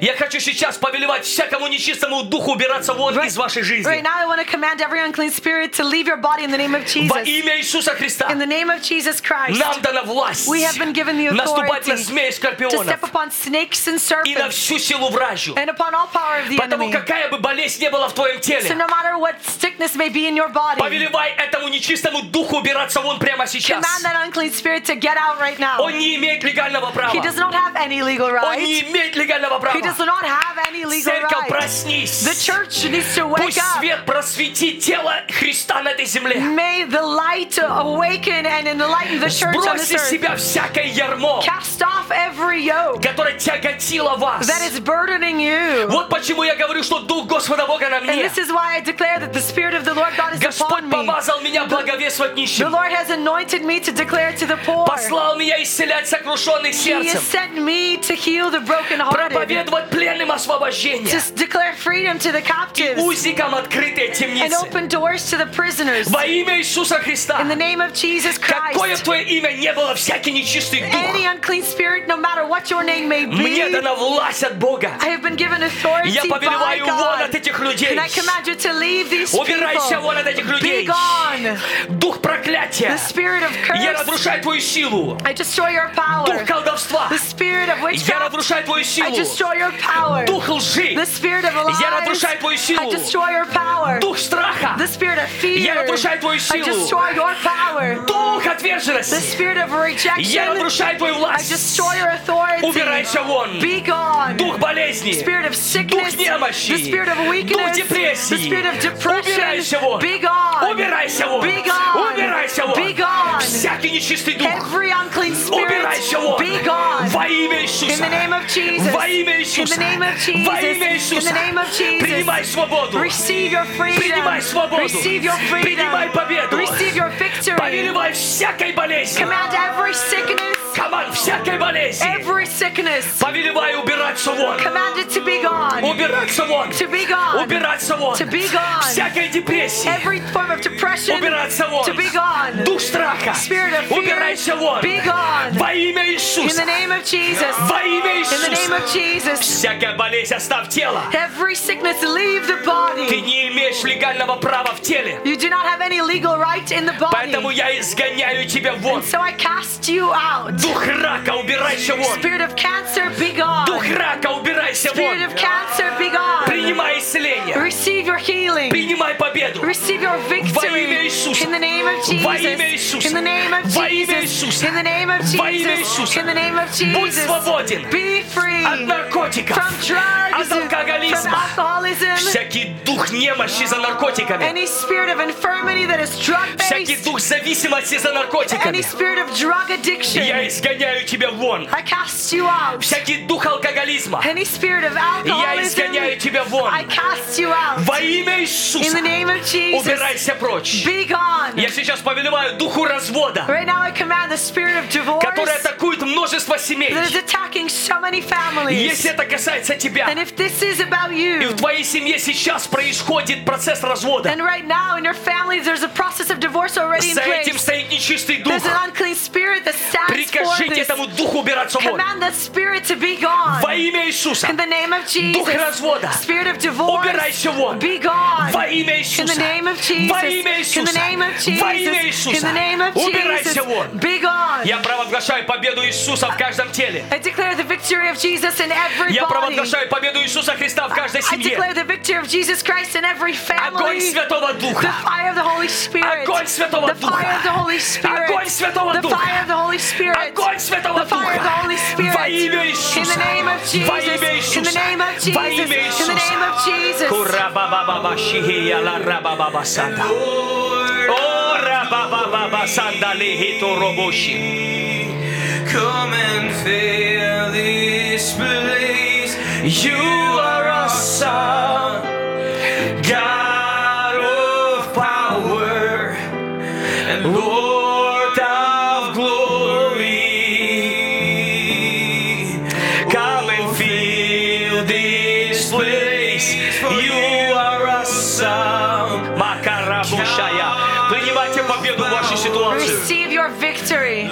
S2: Я хочу сейчас повелевать всякому нечистому духу убираться вон из вашей
S3: right
S2: жизни.
S3: now I want to command every unclean spirit to leave your body in the name of
S2: Во
S3: Jesus.
S2: имя Иисуса Христа.
S3: In the name of Jesus Christ,
S2: Нам дана власть
S3: we have been given the
S2: наступать на
S3: authority
S2: змеи и
S3: to
S2: скорпионов
S3: step upon snakes and
S2: и на
S3: serpents
S2: всю силу вражью.
S3: and upon all power of the
S2: Потому
S3: enemy.
S2: какая бы болезнь не была в твоем
S3: So
S2: теле,
S3: no matter what sickness may be in your body, command
S2: повелевай этому нечистому духу убираться вон прямо сейчас.
S3: that unclean spirit to get out right now.
S2: Он не имеет легального права.
S3: He does not have any legal
S2: Он не
S3: right.
S2: имеет легального
S3: He does
S2: права.
S3: not have any legal
S2: Церковь,
S3: right. The
S2: проснись.
S3: church needs to wake
S2: Пусть
S3: up.
S2: свет просветит тело Христа на этой земле.
S3: May the light awaken and enlighten the church on
S2: Брось
S3: this
S2: из
S3: earth.
S2: себя всякое ярмо,
S3: Cast off every yoke
S2: которое тяготило вас.
S3: that is burdening you.
S2: Вот почему я говорю, что Дух Господа Бога на
S3: And
S2: мне.
S3: this is why I declare that the Spirit of the Lord God is
S2: Господь
S3: upon me.
S2: помазал меня благовествовать
S3: The
S2: нищим.
S3: Lord has anointed me to declare to the poor.
S2: Послал меня исцелять сокрушенных
S3: He
S2: сердцем.
S3: has sent me to heal the brokenhearted.
S2: Проповедовать пленным освобождение.
S3: Just declare freedom to the captives
S2: Узникам открытые
S3: and
S2: темницы.
S3: open doors to the prisoners.
S2: Во имя Иисуса
S3: In the
S2: Христа.
S3: name of Jesus
S2: Какое
S3: Christ,
S2: твое имя не было, всякий нечистый
S3: any
S2: дух.
S3: unclean spirit, no matter what your name may
S2: Мне
S3: be,
S2: дана власть от Бога.
S3: I have been given authority
S2: Я
S3: by
S2: повелеваю вон от
S3: God.
S2: этих людей.
S3: And I command you to leave these
S2: Убирайся
S3: people.
S2: вон от этих
S3: Be
S2: людей.
S3: gone.
S2: Дух
S3: The
S2: проклятия.
S3: spirit of
S2: Я
S3: curse.
S2: разрушаю твою силу.
S3: I destroy your power.
S2: Дух колдовства.
S3: The spirit of
S2: Я
S3: witchcraft.
S2: разрушаю твою
S3: I
S2: силу.
S3: destroy your power.
S2: Дух лжи.
S3: The spirit of lies.
S2: разрушаю твою
S3: I
S2: силу.
S3: destroy your power.
S2: Дух страха.
S3: The spirit of fear.
S2: Я разрушаю твою
S3: I
S2: силу.
S3: destroy your power.
S2: Дух
S3: The
S2: отверженности.
S3: spirit of
S2: Я
S3: rejection.
S2: разрушаю твою
S3: I
S2: власть.
S3: destroy your authority.
S2: Убирайся
S3: 19.
S2: вон!
S3: Be gone.
S2: Дух болезни!
S3: Spirit of sickness,
S2: Дух немощи.
S3: the spirit of weakness,
S2: Дух депрессии.
S3: the spirit of
S2: Убирайся
S3: depression,
S2: вон!
S3: be gone.
S2: Убирайся вон!
S3: Be gone.
S2: Убирайся вон!
S3: Be gone.
S2: Всякий нечистый дух!
S3: Every unclean spirit,
S2: Убирайся вон!
S3: be gone.
S2: Во имя Иисуса!
S3: In the name of Jesus.
S2: Во имя
S3: In
S2: Иисуса!
S3: the name of Jesus.
S2: Во имя
S3: In the
S2: Иисуса!
S3: name of Jesus.
S2: Принимай свободу!
S3: Receive your freedom.
S2: Принимай свободу!
S3: Receive your freedom.
S2: Принимай победу!
S3: Receive your victory.
S2: Повелевай всякой болезни!
S3: Command every sickness,
S2: Команд всякой болезни!
S3: every sickness.
S2: Повелевай убираться вон!
S3: Command it to be gone.
S2: Убираться вон!
S3: To be gone.
S2: Убираться вон!
S3: To be gone.
S2: Всякой депрессии!
S3: Every form of depression.
S2: Убираться вон!
S3: To be gone.
S2: Дух страха!
S3: Spirit of fear,
S2: Убирайся вон!
S3: be gone.
S2: Во имя
S3: In the
S2: Иисуса!
S3: name of Jesus.
S2: Во имя
S3: In the name
S2: Иисуса!
S3: of Jesus.
S2: Всякая болезнь оставь тело!
S3: Every sickness leave the
S2: Ты
S3: body.
S2: не имеешь легального права в теле!
S3: You do not have any legal right in the
S2: Поэтому
S3: body.
S2: я изгоняю тебя вон!
S3: So I cast you out.
S2: Дух рака, убирайся вон!
S3: Spirit of cancer, be gone.
S2: Дух рака, убирайся
S3: Spirit of
S2: вон!
S3: cancer, be gone.
S2: Принимай исцеление!
S3: Receive your healing.
S2: Принимай победу!
S3: Receive your victory
S2: имя Иисуса.
S3: in the name of
S2: Во имя
S3: Jesus.
S2: Иисуса.
S3: In the name of
S2: Во имя
S3: Jesus.
S2: Иисуса.
S3: In the name of
S2: Во имя
S3: Jesus.
S2: Иисуса.
S3: In the name of
S2: Будь
S3: Jesus.
S2: свободен
S3: Be free
S2: от
S3: from
S2: наркотиков,
S3: drugs,
S2: от
S3: from
S2: алкоголизма,
S3: alcoholism,
S2: всякий дух немощи за наркотиками,
S3: any spirit of infirmity that is drug
S2: всякий
S3: based,
S2: дух зависимости за наркотиками.
S3: any spirit of drug
S2: Я
S3: addiction.
S2: изгоняю тебя вон.
S3: I cast you out.
S2: Всякий дух алкоголизма.
S3: Any spirit of
S2: Я
S3: alcoholism.
S2: изгоняю тебя вон.
S3: I cast you out.
S2: Во имя
S3: In
S2: Иисуса.
S3: the name of Jesus,
S2: Убирайся прочь.
S3: be gone.
S2: Я сейчас повелеваю духу развода,
S3: Right now, I command the spirit of divorce
S2: который атакует множество семей.
S3: that is attacking so many families.
S2: Если это касается тебя,
S3: And if this is about
S2: и в
S3: you,
S2: твоей семье сейчас происходит процесс развода,
S3: and right now in your families there's a process of divorce already in
S2: за этим
S3: place,
S2: стоит нечистый дух.
S3: there's an unclean spirit that stands for
S2: Прикажите
S3: this.
S2: этому духу убираться вон.
S3: Command that spirit to be gone.
S2: Во имя Иисуса.
S3: In the name of Jesus,
S2: развода.
S3: spirit of divorce,
S2: Убирайся вон.
S3: be gone.
S2: Во имя
S3: In the
S2: Иисуса.
S3: name of Jesus.
S2: Во имя
S3: In the
S2: Иисуса.
S3: name of Jesus.
S2: Во имя
S3: In the
S2: Иисуса.
S3: name of
S2: Убирайся
S3: Jesus.
S2: вон.
S3: Be gone.
S2: Я провозглашаю победу Иисуса в каждом теле.
S3: I declare the victory of Jesus in every
S2: Я
S3: body.
S2: провозглашаю победу Иисуса Христа в каждой
S3: I declare
S2: семье.
S3: the victory of Jesus Christ in every
S2: Огонь
S3: family.
S2: Святого
S3: The
S2: Духа.
S3: fire of the Holy Spirit.
S2: Огонь Святого
S3: The fire of the Holy Spirit.
S2: Огонь Святого
S3: The
S2: Духа.
S3: fire of the Holy Spirit.
S2: Огонь Святого
S3: The fire of the
S2: Духа.
S3: Holy Spirit.
S2: Во имя
S3: In the
S2: Иисуса.
S3: name of
S2: Во
S3: Jesus.
S2: имя
S3: In the
S2: Иисуса.
S3: name of Jesus.
S2: Во имя
S3: In the name
S2: Иисуса.
S3: of Jesus.
S2: Курабабаба, шихия, ларабабаба, санда. О, рабабаба, санда, лихиту, робоши.
S4: Come and fill this place.
S2: You are a son, God of power, and Lord of glory. Come and fill this place. You are a son, Макарабушая. Принимайте победу в вашей ситуации.
S3: Receive your victory.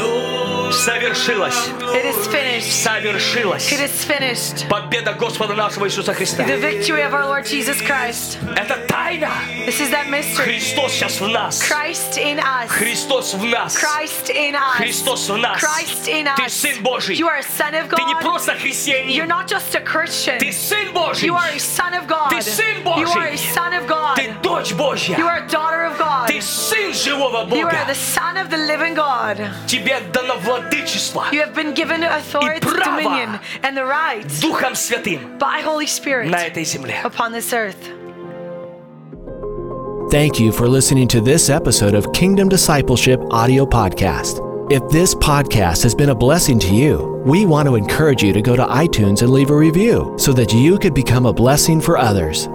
S2: Совершилось.
S3: It is finished.
S2: Совершилось.
S3: It is finished.
S2: Победа Господа нашего Иисуса Христа.
S3: The victory of our Lord Jesus Christ.
S2: Это тайна.
S3: This is that mystery.
S2: Христос сейчас в нас.
S3: Christ in us.
S2: Христос в нас.
S3: Christ in us.
S2: Христос в нас.
S3: Christ in
S2: Ты
S3: us.
S2: Сын Божий.
S3: You are a son of
S2: Ты не
S3: God.
S2: просто христианин.
S3: You're not just a Christian.
S2: Ты Сын Божий.
S3: You are a son of God.
S2: Ты сын
S3: You are
S2: Божий.
S3: a son of God.
S2: Ты дочь Божья.
S3: You are a daughter of God.
S2: Ты Сын живого
S3: You are the
S2: Бога.
S3: son of the living God.
S2: Тебе дано владычество
S3: You have been given authority,
S2: право.
S3: dominion, and the right
S2: Духом Святым
S3: by Holy Spirit
S2: на этой земле.
S3: upon this earth.
S1: Thank you for listening to this episode of Kingdom Discipleship audio podcast. If this podcast has been a blessing to you, we want to encourage you to go to iTunes and leave a review so that you could become a blessing for others.